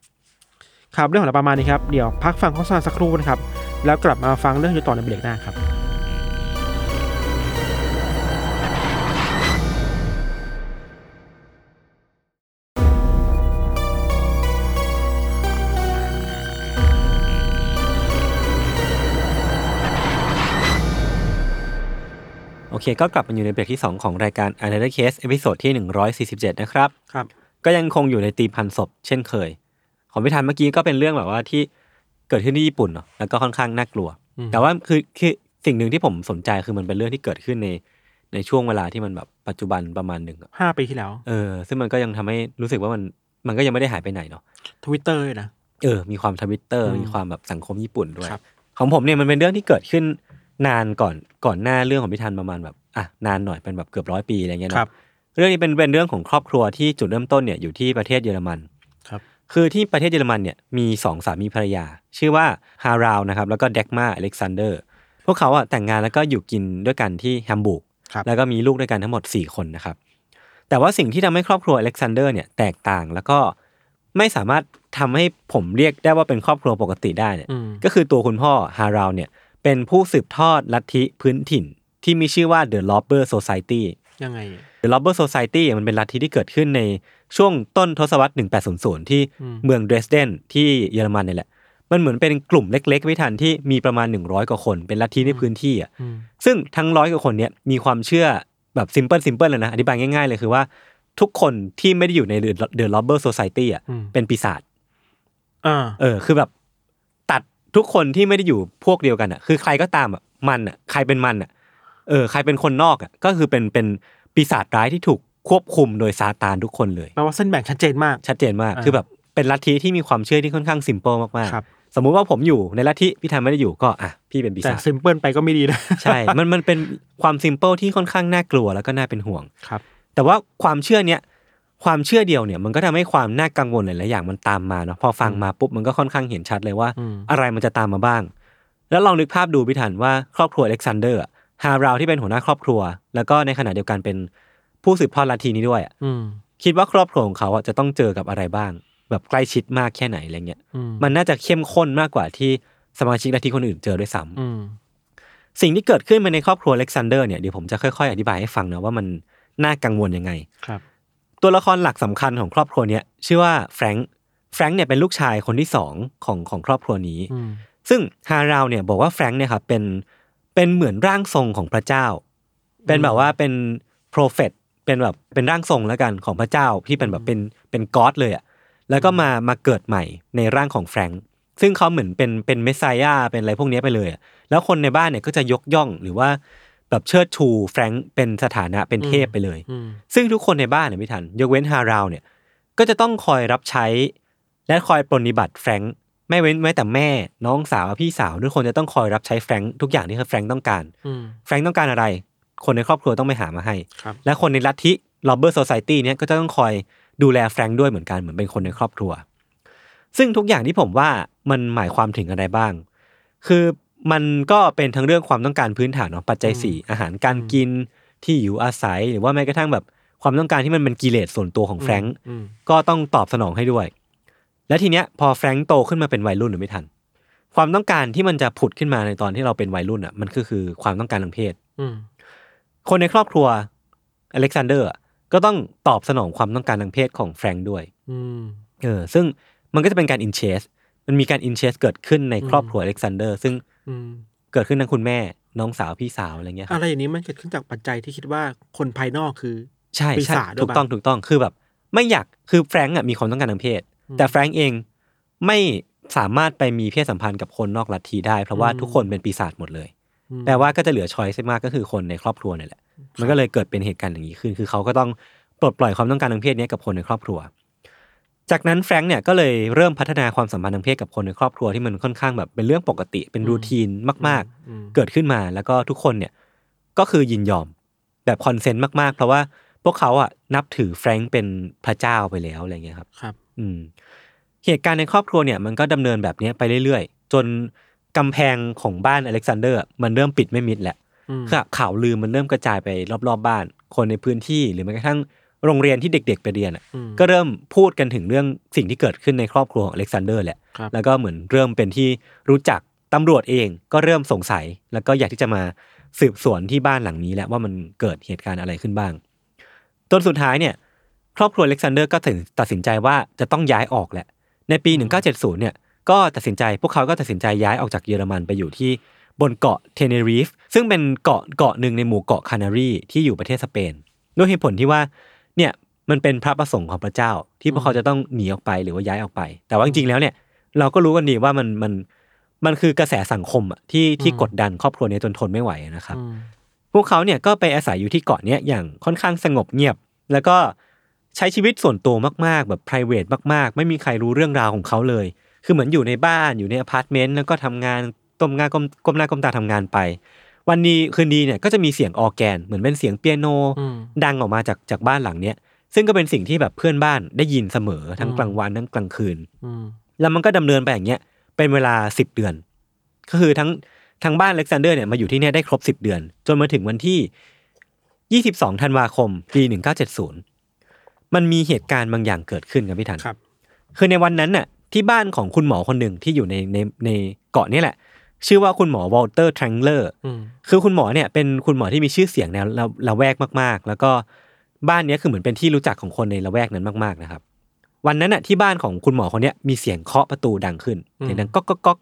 ครับเรื่องของเราประมาณนี้ครับ เดี๋ยวพักฟังโฆษณาสักครู่นะครับ แล้วกลับมาฟังเรื่องอยู่ต่อในเบรกหน้าครับ โอเค ก็กลับมาอยู่ในเบรกที่ 2 ของรายการ Another Case เอพิโซดที่ 147 นะครับ ครับ ก็ยังคงอยู่ในตีมพันศพเช่นเคย ของพิธันเมื่อกี้ก็เป็นเรื่องแบบว่าที่เกิดขึ้นที่ญี่ปุ่นเนาะแล้วก็ค่อนข้างน่ากลัว อืม แต่ว่าคือคือสิ่งหนึ่งที่ผมสนใจคือมันเป็นเรื่องที่เกิดขึ้นในในช่วงเวลาที่มันแบบปัจจุบันประมาณหนึ่งอะ ห้าปีที่แล้ว เออ ซึ่งมันก็ยังทำให้รู้สึกว่ามันมันก็ยังไม่ได้หายไปไหนเนาะ ทวิตเตอร์นะ เออ มีความทวิตเตอร์ อืม มีความแบบสังคมญี่ปุ่นด้วย ครับ ของผมเนี่ยมันเป็นเรื่องที่เกิดขึ้นนานก่อนก่อนหน้าเรื่องของพิธันประมาณแบบอ่ะนานหน่อยเป็นแบบเกือบร้อยปีอะไรเงี้ย ครับ เนาะเรื่องนี้เป็นเป็นเรื่องของครอบครัวที่จุดเริ่มต้นเนี่ยอยู่ที่ประเทศเยอรมัน ครับ คือที่ประเทศเยอรมันเนี่ยมีสองสามีภรรยา ชื่อว่าฮาราวนะครับแล้วก็เด็กมาอเล็กซานเดอร์พวกเขาอ่ะแต่งงานแล้วก็อยู่กินด้วยกันที่แฮมบูร์ก ครับ แล้วก็มีลูกด้วยกันทั้งหมด 4 คนนะครับ แต่ว่าสิ่งที่ทำให้ครอบครัวอเล็กซานเดอร์เนี่ยแตกต่างแล้วก็ไม่สามารถทำให้ผมเรียกได้ว่าเป็นครอบครัวปกติได้เนี่ย อืม ก็คือตัวคุณพ่อฮาราวเนี่ยเป็นผู้สืบทอดลัทธิพื้นถิ่น ที่มีชื่อว่า The Lobber Society ยังไง The Lobber Society มันเป็นลัทธิที่เกิดขึ้นในช่วงต้นทศวรรษ 1800 ที่ อืม เมืองเดรสเดนที่เยอรมันเนี่ยแหละ มันเหมือนเป็นกลุ่มเล็กๆ ไม่ทันที่มีประมาณ 100 กว่าคน เป็นลัทธิในพื้นที่อ่ะ อืม ซึ่งทั้งร้อยกว่าคนเนี้ยมีความเชื่อแบบซิมเพิลซิมเพิลเลยนะ อธิบายง่ายๆเลยคือว่า ทุกคนที่ไม่ได้อยู่ในเดอะล็อบเบอร์โซซตี้อ่ะ อืม เป็นปีศาจ อ่า เออ คือแบบตัดทุกคนที่ไม่ได้อยู่พวกเดียวกันอ่ะ คือใครก็ตามอ่ะมันอ่ะใครเป็นมันอ่ะเออใครเป็นคนนอกอ่ะก็คือเป็นเป็นปีศาจร้ายที่ถูกควบคุมโดยซาตานทุกคนเลย แปลว่าเส้นแบ่งชัดเจนมาก ชัดเจนมาก อ่า คือแบบเป็นลัทธิที่มีความเชื่อที่ค่อนข้างซิมเปิลมาก ครับ ๆสมมุติว่าผมอยู่ในลัทธิพี่ธันไม่ได้อยู่ก็อ่ะพี่เป็นปี แต่ ศาจ ซิมเพิลไปก็ไม่ดีนะ <laughs> ใช่ <laughs> มันมันเป็นความซิมเ l e ที่ค่อนข้างน่ากลัวแล้วก็น่าเป็นห่วง ครับ แต่ว่าความเชื่อเนี้ยความเชื่อเดียวเนี่ยมันก็ทำให้ความน่ากังวลหลายๆอย่างมันตามมาเนาะพอฟังมาปุ๊บมันก็ค่อนข้างเห็นชัดเลยว่า อืม อะไรมันจะตามมาบ้าง แล้วลองนึกภาพดูพิถันว่าครอบครัวอเล็กซานเดอร์อะฮาราวที่เป็นหัวหน้าครอบครัว แล้วก็ในขณะเดียวกันเป็นผู้สืบทอดลัทธินี้ด้วยอะ อืม คิดว่าครอบครัวของเขาอะจะต้องเจอกับอะไรบ้าง แบบใกล้ชิดมากแค่ไหนอะไรเงี้ย อืม มันน่าจะเข้มข้นมากกว่าที่สมาชิกลัทธิคนอื่นเจอด้วยซ้ำ อืม สิ่งที่เกิดขึ้นมาในครอบครัวอเล็กซานเดอร์เนี่ยเดี๋ยวผมจะค่อยๆ อธิบายให้ฟังนะว่ามันน่ากังวลยังไง ครับ ตัวละครหลักสำคัญของครอบครัวเนี้ยชื่อว่าแฟรงค์แฟรงค์เนี่ยเป็นลูกชายคนที่สองของของครอบครัวนี้ อืม ซึ่งฮาราวเนี่ยบอกว่าแฟรงค์เนี่ยครับเป็นเป็นเหมือนร่างทรงของพระเจ้า เป็นแบบว่าเป็นโปรเฟตเป็นแบบเป็นร่างทรงแล้วกันของพระเจ้าที่เป็นแบบเป็นเป็นก็อดเลยอะแล้วก็มามาเกิดใหม่ในร่างของแฟรงค์ซึ่งเขาเหมือนเป็นเป็นเมสไซยาเป็นอะไรพวกเนี้ยไปเลยอะแล้วคนในบ้านเนี่ยก็จะยกย่องหรือว่าแบบเชิดชูแฟรงค์เป็นสถานะเป็นเทพไปเลย อืม ซึ่งทุกคนในบ้านเนี่ยไม่ทัน ยกเว้นฮาราวเนี่ยก็จะต้องคอยรับใช้ และคอยปรนนิบัติแฟรงค์ไม่เว้นแม้แต่แม่ น้องสาวพี่สาวทุกคนจะต้องคอยรับใช้แฟรงค์ทุกอย่างที่แฟรงค์ต้องการ อืม แฟรงค์ต้องการอะไร คนในครอบครัวต้องไปหามาให้ ครับ และคนในลัทธิลอบเบอร์โซซตี้เนี่ยก็จะต้องคอยดูแลแฟรงค์ด้วยเหมือนกันเหมือนเป็นคนในครอบครัว ซึ่งทุกอย่างที่ผมว่ามันหมายความถึงอะไรบ้าง คือมันก็เป็นทั้งเรื่องความต้องการพื้นฐานของปัจจัยสี่อาหารการกินที่อยู่อาศัยหรือว่าแม้กระทั่งแบบ ความต้องการที่มันเป็นกิเลสส่วนตัวของแฟรงค์ อืม ก็ต้องตอบสนองให้ด้วย และทีเนี้ยพอแฟรงค์โตขึ้นมาเป็นวัยรุ่นหรือไม่ทัน ความต้องการที่มันจะผุดขึ้นมาในตอนที่เราเป็นวัยรุ่นอ่ะมันก็คือความต้องการทางเพศ อืม คนในครอบครัวอเล็กซานเดอร์อะก็ต้องตอบสนองความต้องการทางเพศของแฟรงค์ด้วย อืม เออซึ่งมันก็จะเป็นการอินเชส มันมีการอินเชสเกิดขึ้นในครอบ อืม ครัวอเล็กซานเดอร์ ซึ่ง อืม เกิดขึ้นทั้งคุณแม่ น้องสาวพี่สาวอะไรเงี้ยครับ อะไรอย่างนี้มันเกิดขึ้นจากปัจจัยที่คิดว่าคนภายนอกคือ ใช่ ปี ใช่ ศาจด้วย ถูกต้อง ปะ ถูกต้องคือแบบ ไม่อยากคือแฟรงก์อะมีความต้องการทางเพศ อืม แต่แฟรงก์เองไม่สามารถไปมีเพศสัมพันธ์กับคนนอกลัทธิได้ เพราะว่า อืม ทุกคนเป็นปีศาจหมดเลย อืม แปลว่าก็จะเหลือช้อยส์มากก็คือคนในครอบครัวเนี่ยแหละ มันก็เลยเกิดเป็นเหตุการณ์อย่างนี้ขึ้น คือเขาก็ต้องปลดปล่อยความต้องการทางเพศเนี้ยกับคนในครอบครัว จากนั้นแฟรงค์เนี่ยก็เลยเริ่มพัฒนาความสัมพันธ์ทางเพศกับคนในครอบครัวที่มันค่อนข้างแบบเป็นเรื่องปกติ เป็นรูทีนมาก อืม ๆ เกิดขึ้นมาแล้วก็ทุกคนเนี่ยก็คือยินยอมแบบคอนเซนต์มาก ๆ เพราะว่าพวกเขาอ่ะนับถือแฟรงค์เป็นพระเจ้าไปแล้วอะไรเงี้ยครับ ครับ อืมเหตุการณ์ในครอบครัวเนี่ยมันก็ดำเนินแบบเนี้ยไปเรื่อยๆ จนกำแพงของบ้านอเล็กซานเดอร์มันเริ่มปิดไม่มิดแหละ อืม ข่าวข่าวลือมันเริ่มกระจายไปรอบๆบ้าน คนในพื้นที่หรือแม้กระทั่งโรงเรียนที่เด็กๆไปเรียนอะ อืม ก็เริ่มพูดกันถึงเรื่องสิ่งที่เกิดขึ้นในครอบครัวของอเล็กซานเดอร์แหละ ครับ แล้วก็เหมือนเริ่มเป็นที่รู้จักตำรวจเองก็เริ่มสงสัย แล้วก็อยากที่จะมาสืบสวนที่บ้านหลังนี้แหละว่ามันเกิดเหตุการณ์อะไรขึ้นบ้าง จนสุดท้ายเนี่ย ครอบครัวอเล็กซานเดอร์ก็ถึงตัดสินใจว่าจะต้องย้ายออกแหละ ในปี 1970 เนี่ยก็ตัดสินใจพวกเขาก็ตัดสินใจย้ายออกจากเยอรมันไปอยู่ที่บนเกาะเทเนรีฟซึ่งเป็นเกาะเกาะหนึ่งในหมู่เกาะคานารีที่อยู่ประเทศสเปนด้วยเหตุผลที่ว่าเนี่ยมันเป็นพระประสงค์ของพระเจ้า ที่พวกเขาจะต้องหนีออกไปหรือว่าย้ายออกไป แต่ว่าจริงๆแล้วเนี่ย เราก็รู้กันดีว่ามันมันมันคือกระแสสังคมอะที่ที่ อืม กดดันครอบครัวเนี้จนทนไม่ไหวนะครับ อืม พวกเขาเนี่ยก็ไปอาศัยอยู่ที่เกาะเนี้ยอย่างค่อนข้างสงบเงียบ แล้วก็ใช้ชีวิตส่วนตัวมากๆ แบบ p r i v a t มากๆ ไม่มีใครรู้เรื่องราวของเขาเลย คือเหมือนอยู่ในบ้านอยู่ในอพาร์ตเมนต์แล้วก็ทำงานก้มหน้าก้มก้มหน้าก้มตาทำงานไป วันดีคืนดีเนี่ยก็จะมีเสียงออร์แกน เหมือนเป็นเสียงเปียโน อืม ดังออกมาจากจากบ้านหลังเนี้ยซึ่งก็เป็นสิ่งที่แบบเพื่อนบ้านได้ยินเสมอทั้งกลางวันทั้งกลางคืน อืม แล้วมันก็ดำเนินไปอย่างเงี้ยเป็นเวลาสิบเดือน ก็คือทั้งทั้งบ้านอเล็กซานเดอร์เนี่ยมาอยู่ที่เนี่ยได้ครบสิบเดือน จนมาถึงวันที่ยี่สิบสองธันวาคม ปีหนึ่งเก้าเจ็ดศูนย์มันมีเหตุการณ์บางอย่างเกิดขึ้นครับพี่ทัน ครับ คือในวันนั้นน่ะที่บ้านของคุณหมอคนหนึ่งที่อยู่ในในในเกาะเนี่ยแหละ ชื่อว่าคุณหมอวอลเตอร์ทรังเลอร์ อืม คือคุณหมอเนี่ยเป็นคุณหมอที่มีชื่อเสียงในละละแวกมากๆ แล้วก็บ้านเนี้ยคือเหมือนเป็นที่รู้จักของคนในละแวกนั้นมากๆนะครับ วันนั้นน่ะที่บ้านของคุณหมอคนเนี้ยมีเสียงเคาะประตูดังขึ้น อืม เสียงดังก๊อกก๊อกก๊อก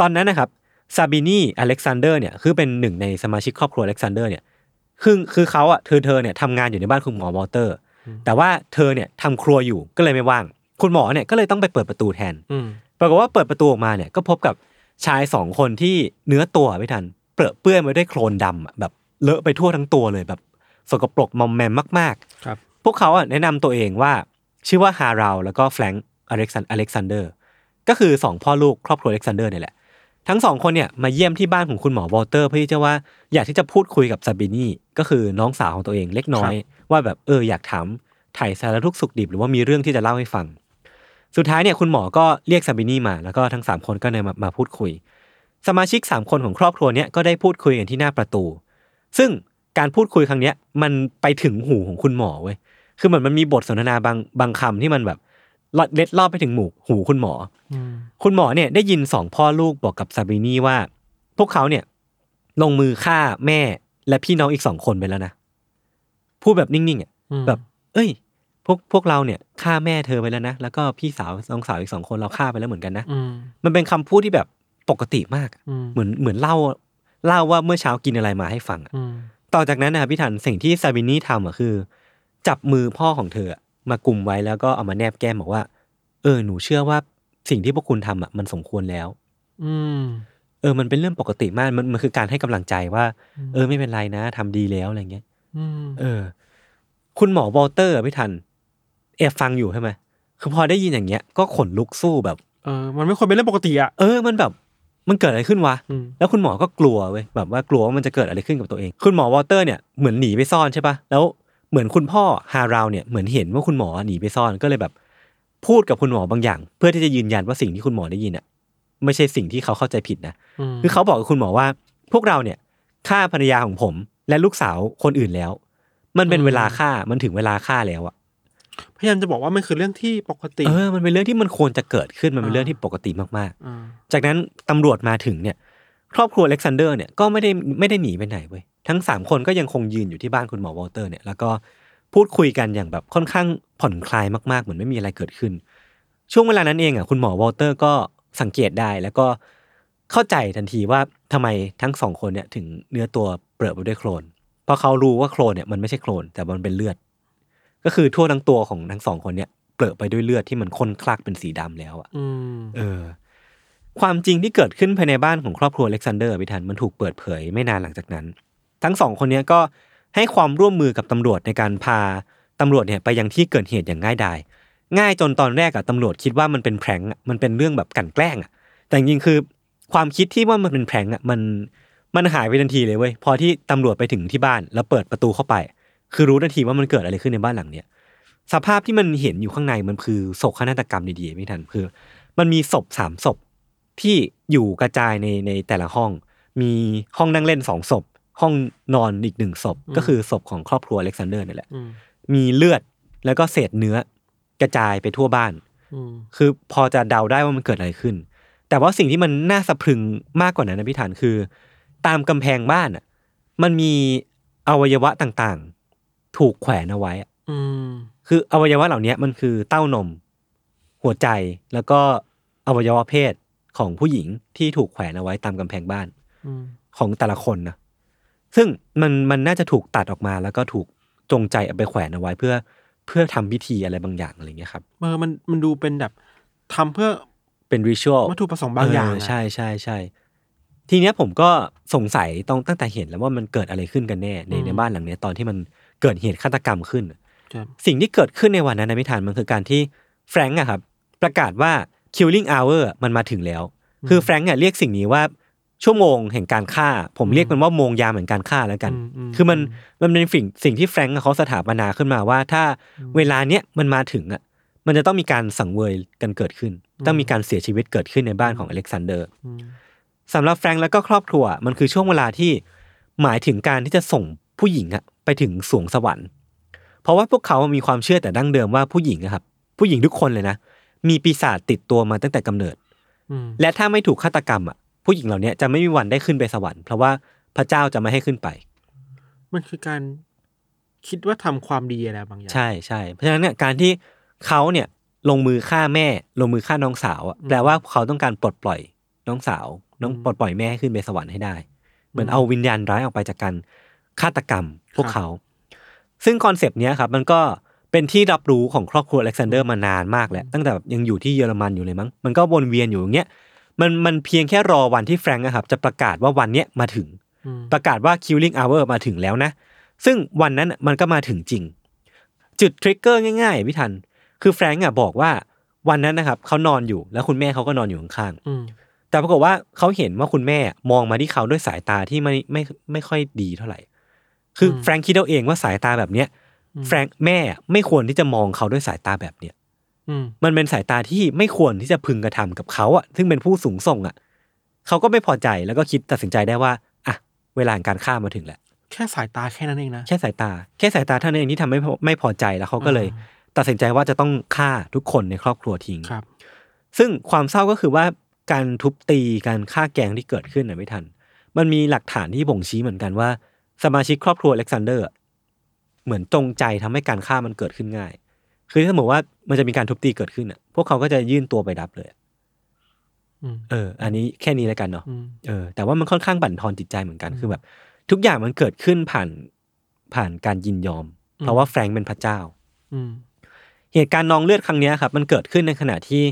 ตอนนั้นนะครับซาบินีอเล็กซานเดอร์เนี่ยคือเป็นหนึ่งในสมาชิกครอบครัวอเล็กซานเดอร์เนี่ยคือคือเขาอ่ะเธอเธอเนี่ยทำงานอยู่ในบ้านคุณหมอวอลเตอร์ แต่ว่าเธอเนี่ยทำครัวอยู่ก็เลยไม่ว่าง คุณหมอเนี่ยก็เลยต้องไปเปิดประตูแทน อืม ปรากฏว่าเปิดประตูออกมาเนี่ยก็พบกับชายสองคนที่เนื้อตัวไม่ทัน เปรอะเปื้อนไปด้วยโคลนดำอะแบบเลอะไปทั่วทั้งตัวเลยแบบสกปรกมอมแมมมากๆ ครับ พวกเขาอะแนะนำตัวเองว่าชื่อว่าฮาราลแล้วก็แฟรงค์อเล็กซานอเล็กซานเดอร์ก็คือสองพ่อลูกครอบครัวอเล็กซานเดอร์เนี่ยแหละ ทั้งสองคนเนี่ยมาเยี่ยมที่บ้านของคุณหมอวอลเตอร์เพื่อที่จะว่าอยากที่จะพูดคุยกับซาบินีก็คือน้องสาวของตัวเองเล็กน้อย ว่าแบบเอออยากถามไถ่สารทุกข์สุขดิบหรือว่ามีเรื่องที่จะเล่าให้ฟัง สุดท้ายเนี่ยคุณหมอก็เรียกซาบินีมาแล้วก็ทั้ง 3 คนก็เลยมามาพูดคุย สมาชิก 3 คนของครอบครัวเนี่ยก็ได้พูดคุยกันที่หน้าประตู ซึ่งการพูดคุยครั้งเนี้ยมันไปถึงหูของคุณหมอเว้ยคือเหมือนมันมีบทสนทนาบางบางคำที่มันแบบลอดเล็ดลอดไปถึงหมูหูคุณหมอ อืม คุณหมอเนี่ยได้ยินสองพ่อลูกบอกกับซาบินีว่า พวกเขาเนี่ยลงมือฆ่าแม่และพี่น้องอีกสองคนไปแล้วนะพูดแบบนิ่งๆอ่ะ อืม แบบ เอ้ย พวกพวกเราเนี่ยฆ่าแม่เธอไปแล้วนะ แล้วก็พี่สาวน้องสาวอีกสองคนเราฆ่าไปแล้วเหมือนกันนะ อืม มันเป็นคำพูดที่แบบปกติมาก อืม เหมือนเหมือนเล่าเล่าว่าเมื่อเช้ากินอะไรมาให้ฟังอะ อืม ต่อจากนั้นนะครับพี่ทันสิ่งที่ซาบินี่ทำอะคือ จับมือพ่อของเธออะมากลุมไว้แล้วก็เอามาแนบแก้มบอกว่า เออหนูเชื่อว่าสิ่งที่พวกคุณทำอะมันสมควรแล้ว อืม เออมันเป็นเรื่องปกติมากมันมันคือการให้กำลังใจว่า เออไม่เป็นไรนะทำดีแล้วอะไรเงี้ย อืม เออ คุณหมอวอลเตอร์ไม่ทันแอบฟังอยู่ใช่ไหมคือพอได้ยินอย่างเงี้ย ก็ขนลุกสู้แบบ เออ มันไม่ควรเป็นเรื่องปกติอ่ะ เออ มันแบบมันเกิดอะไรขึ้นวะ อืม แล้วคุณหมอก็กลัวเว้ยแบบว่ากลัวว่ามันจะเกิดอะไรขึ้นกับตัวเอง คุณหมอวอลเตอร์เนี่ยเหมือนหนีไปซ่อนใช่ปะแล้วเหมือนคุณพ่อฮาราวเนี่ยเหมือนเห็นว่าคุณหมอหนีไปซ่อนก็เลยแบบ พูดกับคุณหมอบางอย่าง เพื่อที่จะยืนยันว่าสิ่งที่คุณหมอได้ยินอะไม่ใช่สิ่งที่เขาเข้าใจผิดนะ ม คือเขาบอกกับคุณหมอว่า พวกเราเนี่ยฆ่าภรรยาของผมและลูกสาวคนอื่นแล้ว มันเป็น อืม เวลาค่ามันถึงเวลาค่าแล้วอะ พยายามจะบอกว่ามันคือเรื่องที่ปกติ เออมันเป็นเรื่องที่มันควรจะเกิดขึ้นมันเป็น อ่า เรื่องที่ปกติมาก อ่า ๆ จากนั้นตำรวจมาถึงเนี่ย ครอบครัวอเล็กซานเดอร์เนี่ยก็ไม่ได้ไม่ได้หนีไปไหนเว้ยทั้งสามคนก็ยังคงยืนอยู่ที่บ้านคุณหมอวอลเตอร์เนี่ยแล้วก็พูดคุยกันอย่างแบบค่อนข้างผ่อนคลายมากๆเหมือนไม่มีอะไรเกิดขึ้น ช่วงเวลานั้นเองอ่ะคุณหมอวอลเตอร์ก็สังเกตได้แล้วก็เข้าใจทันทีว่าทำไมทั้งสองคนเนี่ยถึงเนื้อตัวเปรอะไปด้วยโคลนเพราะเขารู้ว่าโคลนเนี่ยมันไม่ใช่โคลนแต่มันเป็นเลือด ก็คือทั่วทั้งตัวของทั้งสองคนเนี่ยเปรอะไปด้วยเลือดที่มันข้นคลักเป็นสีดำแล้วอ่ะ อืม เออความจริงที่เกิดขึ้นภายในบ้านของครอบครัวอเล็กซานเดอร์พิทันมันถูกเปิดเผยไม่นานหลังจากนั้น ทั้งสองคนเนี้ยก็ให้ความร่วมมือกับตำรวจในการพาตำรวจเนี่ยไปยังที่เกิดเหตุอย่างง่ายดายง่ายจนตอนแรกอะตำรวจคิดว่ามันเป็นแพร้งอะมันเป็นเรื่องแบบกลันแกล้งอะแต่จริงๆคือ ความคิดที่ว่ามันเป็นแพร้งอะมันมันหายไปทันทีเลยเว้ยพอที่ตำรวจไปถึงที่บ้านแล้วเปิดประตูเข้าไป คือรู้ทันทีว่ามันเกิดอะไรขึ้นในบ้านหลังเนี้ยสภาพที่มันเห็นอยู่ข้างในมันคือโศกนาฏกรรมดีๆไม่ทันคือ มันมีศพสามศพที่อยู่กระจายในในแต่ละห้อง มีห้องนั่งเล่นสองศพ ห้องนอนอีกหนึ่งศพ ก็คือศพของครอบครัวอเล็กซานเดอร์นี่แหละ อืม มีเลือดแล้วก็เศษเนื้อกระจายไปทั่วบ้าน อืม คือพอจะเดาได้ว่ามันเกิดอะไรขึ้น แต่ว่าสิ่งที่มันน่าสะพรึงมากกว่านั้นนะพี่ฐานคือ ตามกำแพงบ้านอ่ะมันมีอวัยวะต่างๆ ถูกแขวนเอาไว้อะ อืม คืออวัยวะเหล่านี้มันคือเต้านม หัวใจแล้วก็อวัยวะเพศของผู้หญิงที่ถูกแขวนเอาไว้ตามกำแพงบ้าน อืม ของแต่ละคนนะซึ่งมันมันน่าจะถูกตัดออกมา แล้วก็ถูกจงใจเอาไปแขวนเอาไว้เพื่อเพื่อทำพิธีอะไรบางอย่างอะไรเงี้ยครับ เออมันมันดูเป็นแบบทำเพื่อ เป็นริชวล วัตถุประสงค์บางอย่างอะเใช่ใช่ใช่ ทีเนี้ยผมก็สงสัยต้องตั้งแต่เห็นแล้วว่ามันเกิดอะไรขึ้นกันแน่ในในบ้านหลังเนี้ยตอนที่มันเกิดเหตุฆาตกรรมขึ้น ครับ สิ่งที่เกิดขึ้นในวันนั้นนะพิธานมันคือการที่แฟรงก์อะครับประกาศว่า killing hour มันมาถึงแล้ว คือแฟรงก์อะเรียกสิ่งนี้ว่าชั่วโมงแห่งการฆ่า ผมเรียกมันว่าโมงยามแห่งการฆ่าแล้วกัน ม คือมันมันเป็นสิ่งสิ่งที่แฟรงก์อะเขาสถาปนาขึ้นมาว่าถ้าเวลาเนี้ยมันมาถึงอ่ะมันจะต้องมีการสังเวยกันเกิดขึ้น ต้องมีการเสียชีวิตเกิดขึ้นในบ้านของอเล็กซานเดอร์ อืม สำหรับแฟรงก์แล้วก็ครอบครัว มันคือช่วงเวลาที่หมายถึงการที่จะส่งผู้หญิงอ่ะไปถึงสวงสวรรค์ เพราะว่าพวกเขามีความเชื่อแต่ดั้งเดิมว่าผู้หญิงอะครับผู้หญิงทุกคนเลยนะมีปีศาจติดตัวมาตั้งแต่กำเนิด อืม และถ้าไม่ถูกฆาตกรรมอ่ะผู้หญิงเหล่าเนี้ยจะไม่มีวันได้ขึ้นไปสวรรค์เพราะว่าพระเจ้าจะไม่ให้ขึ้นไป มันคือการคิดว่าทำความดีอะไรบางอย่าง ใช่ใช่เพราะฉะนั้นเนี่ยการที่เขาเนี่ยลงมือฆ่าแม่ ลงมือฆ่าน้องสาวอะ อืม แปลว่าเขาต้องการปลดปล่อยน้องสาว น้อง อืม ปลดปล่อยแม่ให้ขึ้นไปสวรรค์ให้ได้ เหมือน อืม เอาวิญญาณร้ายออกไปจากการฆาตกรรมพวก ครับ เขา ซึ่งคอนเซปต์เนี้ยครับมันก็เป็นที่รับรู้ของครอบครัวอเล็กซานเดอร์มานานมากแล้ว ตั้งแต่แบบยังอยู่ที่เยอรมันอยู่เลยมั้งมันก็วนเวียนอยู่อย่างเงี้ยมันมันเพียงแค่รอวันที่แฟรงก์อะครับจะประกาศว่าวันเนี้ยมาถึง อืม ประกาศว่า killing hour มาถึงแล้วนะ ซึ่งวันนั้นน่ะมันก็มาถึงจริง จุดทริกเกอร์ง่ายๆพี่ทัน คือแฟรงก์อ่ะบอกว่าวันนั้นนะครับเขานอนอยู่แล้วคุณแม่เขาก็นอนอยู่ข้าง อืม ๆแต่ปรากฏว่าเขาเห็นว่าคุณแม่มองมาที่เขาด้วยสายตาที่ไม่ไม่ไม่ค่อยดีเท่าไหร่ คือแฟรงก์คิดเอาเองว่าสายตาแบบเนี้ยแฟรงก์แม่ไม่ควรที่จะมองเขาด้วยสายตาแบบเนี้ย อืม มันเป็นสายตาที่ไม่ควรที่จะพึงกระทำกับเขาอะซึ่งเป็นผู้สูงส่งอะเขาก็ไม่พอใจแล้วก็คิดตัดสินใจได้ว่าอ่ะเวลาแห่งการฆ่ามาถึงแล้ว แค่สายตาแค่นั้นเองนะ แค่สายตา แค่สายตาเท่านั้นเองที่ทำให้ไม่พอไม่พอใจแล้วเขาก็เลย อ่ ตัดสินใจว่าจะต้องฆ่าทุกคนในครอบครัวทิ้ง ครับ ซึ่งความเศร้าก็คือว่าการทุบตีการฆ่าแกล้งที่เกิดขึ้นน่ะไม่ทัน มันมีหลักฐานที่บ่งชี้เหมือนกันว่า สมาชิกครอบครัวอเล็กซานเดอร์อะเหมือนจงใจทำให้การฆ่ามันเกิดขึ้นง่าย คือถ้าสมมติว่ามันจะมีการทุบตีเกิดขึ้นอ่ะ พวกเขาก็จะยื่นตัวไปรับเลยอะ อืม เออ อันนี้แค่นี้แล้วกันเนาะ อืม เออแต่ว่ามันค่อนข้างบั่นทอนจิตใจเหมือนกันคือแบบ ทุกอย่างมันเกิดขึ้นผ่านผ่านการยินยอม อืม เพราะว่าแฟรงก์เป็นพระเจ้า อืม เหตุการณ์นองเลือดครั้งเนี้ยครับมันเกิดขึ้นในขณะที่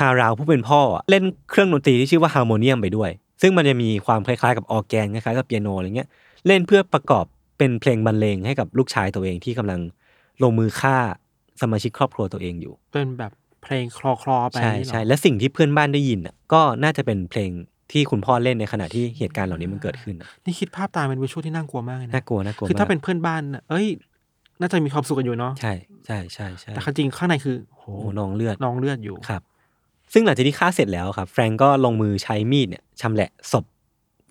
ฮาราวผู้เป็นพ่ออะเล่นเครื่องดนตรีที่ชื่อว่าฮาร์โมเนียมไปด้วย ซึ่งมันจะมีความคล้ายๆกับออร์แกนคล้ายๆกับเปียโนอะไรเงี้ยเล่นเพื่อประกอบเป็นเพลงบรรเลงให้กับลูกชายตัวเองที่กำลังลงมือฆ่าสมาชิกครอบครัวตัวเองอยู่ เป็นแบบเพลงคลอคลอๆไป ใช่ นี่เหรอ ใช่และสิ่งที่เพื่อนบ้านได้ยินน่ะก็น่าจะเป็นเพลงที่คุณพ่อเล่นในขณะที่เหตุการณ์เหล่านี้มันเกิดขึ้นน่ะ นี่คิดภาพตามเป็นวิชวลที่น่ากลัวมากเลยนะ น่ากลัวน่ากลัว คือถ้าม ก เป็นเพื่อนบ้านน่ะเอ้ย น่าจะมีความสุขกันอยู่เนาะ ใช่ใช่ใช่ใช่ แต่ความจริงข้างในคือ โห โอ้โหนองเลือด นองเลือดอยู่ ครับ ซึ่งหลังจากที่ฆ่าเสร็จแล้วครับแฟรงก์ก็ลงมือใช้มีดเนี่ยชำแหละศพ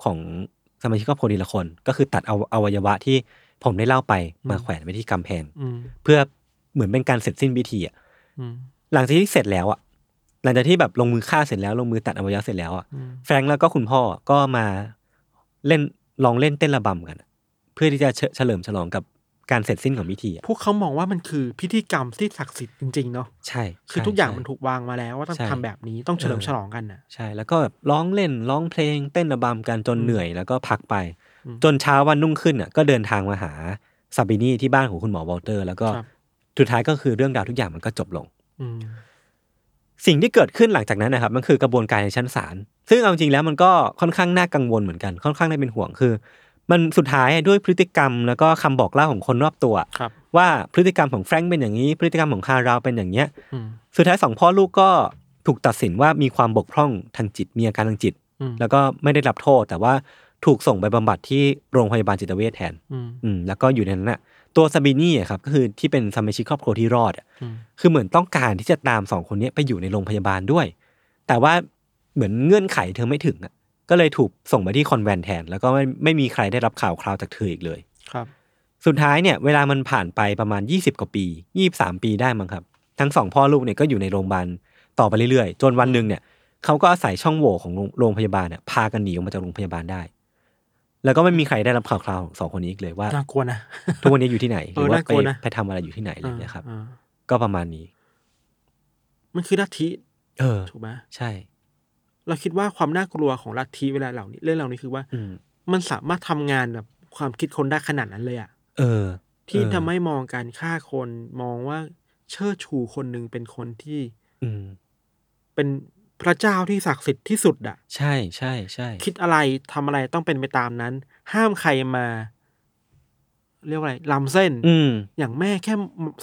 ของสมาชิกครอบครัวทีละคน ก็คือตัดเอาอวัยวะที่ ผมได้เล่าไป อืม มาแขวนไว้ที่กำแพง อืม เพื่อเหมือนเป็นการเสร็จสิ้นพิธีอ่ะ อืม หลังจากที่เสร็จแล้วอ่ะหลังจากที่แบบลงมือฆ่าเสร็จแล้วลงมือตัดอวัยวะเสร็จแล้วอ่ะ อืม แฟรงค์แล้วก็คุณพ่อก็มาเล่นลองเล่นเต้นระบำกันอะเพื่อที่จะเฉเฉลิมฉลองกับการเสร็จสิ้นของพิธีอ่ะ พวกเขามองว่ามันคือพิธีกรรมที่ศักดิ์สิทธิ์จริง ๆ เนาะ ใช่ คือ ใช่ ทุกอย่าง ใช่ มันถูกวางมาแล้วว่าต้อง ใช่ ทำแบบนี้ต้องเฉลิมฉลองกันนะ ใช่ แล้วก็แบบร้องเล่นร้องเพลงเต้นระบำกันจน อืม เหนื่อยแล้วก็พักไป อืม จนเช้าวันนุ่งขึ้นอ่ะก็เดินทางมาหาซาบินีที่บ้านของคุณหมอวอลเตอร์ แล้วก็ ครับ สุดท้ายก็คือเรื่องราวทุกอย่างมันก็จบลง อืม สิ่งที่เกิดขึ้นหลังจากนั้นนะครับมันคือกระบวนการในชั้นศาลซึ่งเอาจริงแล้วมันก็ค่อนข้างน่ากังวลเหมือนกันค่อนข้างน่าเป็นห่วงคือ มันสุดท้ายด้วยพฤติกรรมแล้วก็คำบอกเล่าของคนรอบตัว ครับ ว่าพฤติกรรมของแฟรงค์เป็นอย่างนี้ พฤติกรรมของคาราวเป็นอย่างเนี้ย อืม สุดท้ายสองพ่อลูกก็ถูกตัดสินว่ามีความบกพร่องทางจิตมีอาการทางจิต อืม แล้วก็ไม่ได้รับโทษ แต่ว่าถูกส่งไปบำบัดที่โรงพยาบาลจิตเวชแทน อืม อืมแล้วก็อยู่ในนั้นน่ะ ตัวซาบินี่อะครับก็คือที่เป็นสมาชิกครอบครัวที่รอดอะ อืม คือเหมือนต้องการที่จะตามสองคนเนี้ยไปอยู่ในโรงพยาบาลด้วย แต่ว่าเหมือนเงื่อนไขเธอไม่ถึงอะก็เลยถูกส่งไปที่คอนแวนต์แทน แล้วก็ไม่ไม่มีใครได้รับข่าวคราวจากเธออีกเลย ครับ สุดท้ายเนี่ยเวลามันผ่านไปประมาณ 20 กว่าปี 23 ปีได้มั้งครับ ทั้งสองพ่อลูกเนี่ยก็อยู่ในโรงพยาบาลต่อไปเรื่อยๆ จนวันหนึ่งเนี่ยเขาก็อาศัยช่องโหว่ของโรงโรงพยาบาลเนี่ยพากันหนีออกมาจากโรงพยาบาลได้ แล้วก็ไม่มีใครได้รับข่าวคราวของสองคนนี้อีกเลยว่า น่ากลัวนะ ทุกวันนี้อยู่ที่ไหน ห <laughs> เออ รือว่า น่า ไป กลัวนะ ไปทำอะไรอยู่ที่ไหนอะไรอย่างเงี้ยครับ อ่า ก็ประมาณนี้ มันคือลัทธิ เออ ถูกไหม ใช่ เราคิดว่าความน่ากลัวของลัทธิเวลาเหล่านี้เรื่องเหล่านี้คือว่า อืม มันสามารถทำงานแบบความคิดคนได้ขนาดนั้นเลยอะ เออ ที่ เออ ทำให้มองการฆ่าคนมองว่าเชิดชูคนหนึ่งเป็นคนที่ อืม เป็นพระเจ้าที่ศักดิ์สิทธิ์ที่สุดอะ ใช่ใช่ใช่ คิดอะไรทำอะไรต้องเป็นไปตามนั้น ห้ามใครมา เรียกว่าอะไรล้ำเส้น อืม อย่างแม่แค่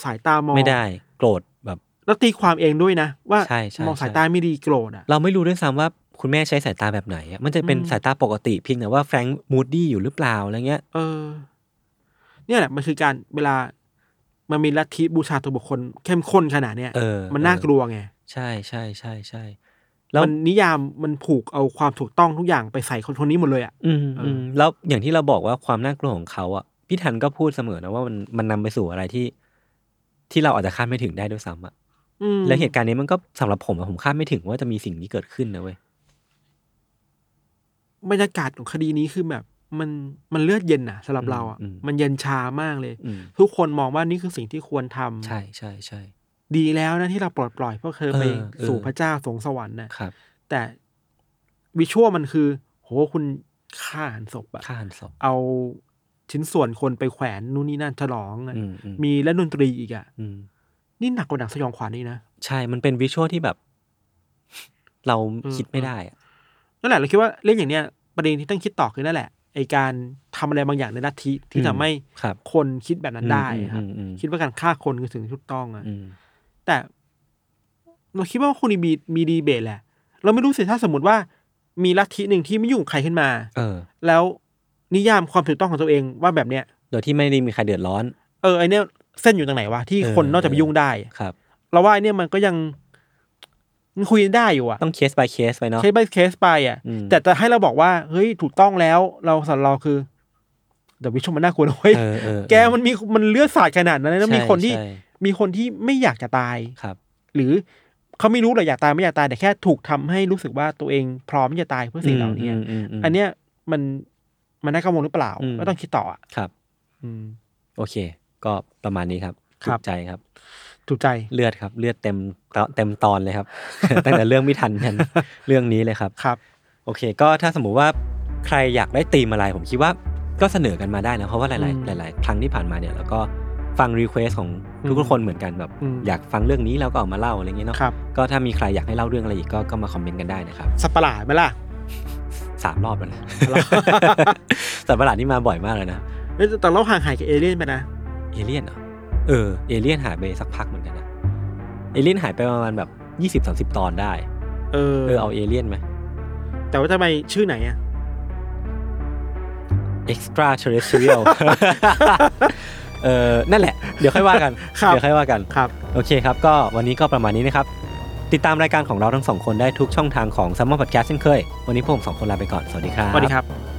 สายตามอง ไม่ได้โกรธแบบ แล้วตีความเองด้วยนะว่า ใช่ใช่ มองสาย ใช่ ตาไม่ดีโกรธอะ เราไม่รู้ด้วยซ้ำว่าคุณแม่ใช้สายตาแบบไหนอะมันจะเป็น อืม สายตาปกติเพียงแต่ว่าแฟรงค์มูดดี้อยู่หรือเปล่าอะไรเงี้ย เออ เนี่ยแหละมันคือการเวลามันมีลัทธิบูชาตัวบุคคลเข้มข้นขนาดเนี้ย เออ มันน่า เออ กลัวไง ใช่ใช่ใช่ใช่แล้ว มันนิยามมันผูกเอาความถูกต้องทุกอย่างไปใส่คนคนนี้หมดเลยอ่ะ อืม เอออื อืมแล้วอย่างที่เราบอกว่าความน่ากลัวของเขาอ่ะพี่ทันก็พูดเสมอนะว่ามันมันนำไปสู่อะไรที่ ที่เราอาจจะคาดไม่ถึงได้ด้วยซ้ำอะ อืม และเหตุการณ์นี้มันก็สำหรับผมอะผมคาดไม่ถึงว่าจะมีสิ่งนี้เกิดขึ้นนะเว้ย บรรยากาศของคดีนี้คือแบบ มันมันเลือดเย็นอ่ะสำหรับเราอ่ะมันเย็นชามากเลย อืม ทุกคนมองว่านี่คือสิ่งที่ควรทำ ใช่ใช่ใช่ ดีแล้วนะที่เราปลดปล่อยพวกเธอไป เออเออ สู่พระเจ้าสวงสวรรค์นะครับ แต่วิชวลมันคือ โหคุณฆ่าหันศพอ่ะ ฆ่าหันศพ เอาชิ้นส่วนคนไปแขวนนู่นนี่นั่นฉลองอะ อืมอืม มีและดนตรีอีกอ่ะ อืม นี่หนักกว่าหนังสยองขวัญนี่นะ ใช่มันเป็นวิชวลที่แบบ เราคิดไม่ได้อะ นั่นแหละเราคิดว่าเรื่องอย่างเนี้ยประเด็นที่ต้องคิดต่อคือนั่นแหละไอการทำอะไรบางอย่างในลัทธิที่ทำให้ ครับ คนคิดแบบนั้นได้ อืม อะครับ อืมอืม คิดว่าการฆ่าคนคือสิ่งที่ถูกต้องอ่ะ อืม แต่เราคิดว่าคงมีมีดีเบตแหละ เราไม่รู้สิถ้าสมมติว่ามีลัทธิหนึ่งที่ไม่ยุ่งกับใครขึ้นมา เออ แล้วนิยามความถูกต้องของตัวเองว่าแบบเนี้ย โดยที่ไม่ได้มีใครเดือดร้อน เออไอเนี้ยเส้นอยู่ตรงไหนวะที่ เออ คนนอกจากไป เออ ยุ่งได้ ครับ เราว่าไอ้เนี่ยมันก็ยังมันคุยได้อยู่อะ ต้องเคส by เคสไปเนาะ เคสไปเคสไปอะ อืม แต่จะให้เราบอกว่า เฮ้ยถูกต้องแล้ว เราสันเราคือเดวิชมันน่ากลัวนะเว้ย เออเออเออ แกมันมีมันเลือดสาดขนาดนั้นแล้วมี ใช่ คนที่ ใช่ มีคนที่ไม่อยากจะตาย ครับ หรือเขาไม่รู้หรอกอยากตายไม่อยากตายแต่แค่ถูกทำให้รู้สึกว่าตัวเองพร้อมที่จะตายเพื่อสิ่งเหล่านี้ อืมอืมอืม อันเนี้ยมันมันน่ากังวลหรือเปล่า อืม ก็ต้องคิดต่ออะ ครับ อืม โอเค ก็ประมาณนี้ครับ ครับ ถูกใจครับ ถูกใจ เลือดครับ เลือดเต็มตเต็มตอนเลยครับ <laughs> ตั้งแต่เรื่องไม่ทันยัน <laughs> เรื่องนี้เลยครับ ครับ โอเค ก็ถ้าสมมุติว่าใครอยากได้ตีมอะไร ผมคิดว่าก็เสนอกันมาได้นะ เพราะว่าห อืม ลาย ๆ หลาย ๆ ครั้งที่ผ่านมาเนี่ยเราก็ฟังรีเควสของทุกๆคนเหมือนกันแบบ อืม อยากฟังเรื่องนี้เราก็เออกมาเล่าอะไรอย่างเงี้ยเนาะ ครับ ก็ถ้ามีใครอยากให้เล่าเรื่องอะไรอีกก็ก็มาคอมเมนต์กันได้นะครับ สัตว์ประหลาดไหมล่ะ สามรอบแล้ว <laughs> นะ เหรอ สัตว์ประหลาดนี่มาบ่อยมากเลยนะ เฮ้ยแต่เราห่างหายกับเอเลี่ยนไปนะ เอเลี่ยนเหรอ เออ เอเลี่ยนหายไปสักพักเหมือนกันนะ เอเลี่ยนหายไปประมาณแบบยี่สิบสาสิบตอนได้ เออ เออ เอาเอเลี่ยนไหม แต่ว่าทำไมชื่อไหนอ่ะ extra terrestrial <laughs> เออนั่นแหละ เดี๋ยวค่อยว่ากัน ครับ เดี๋ยวค่อยว่ากัน ครับ โอเคครับ ก็วันนี้ก็ประมาณนี้นะครับ ติดตามรายการของเราทั้งสองคนได้ทุกช่องทางของ s ัมมอนพอดแคสต์เช่นเคย วันนี้พวกผมสองคนลาไปก่อน สวัสดีครับ สวัสดีครับ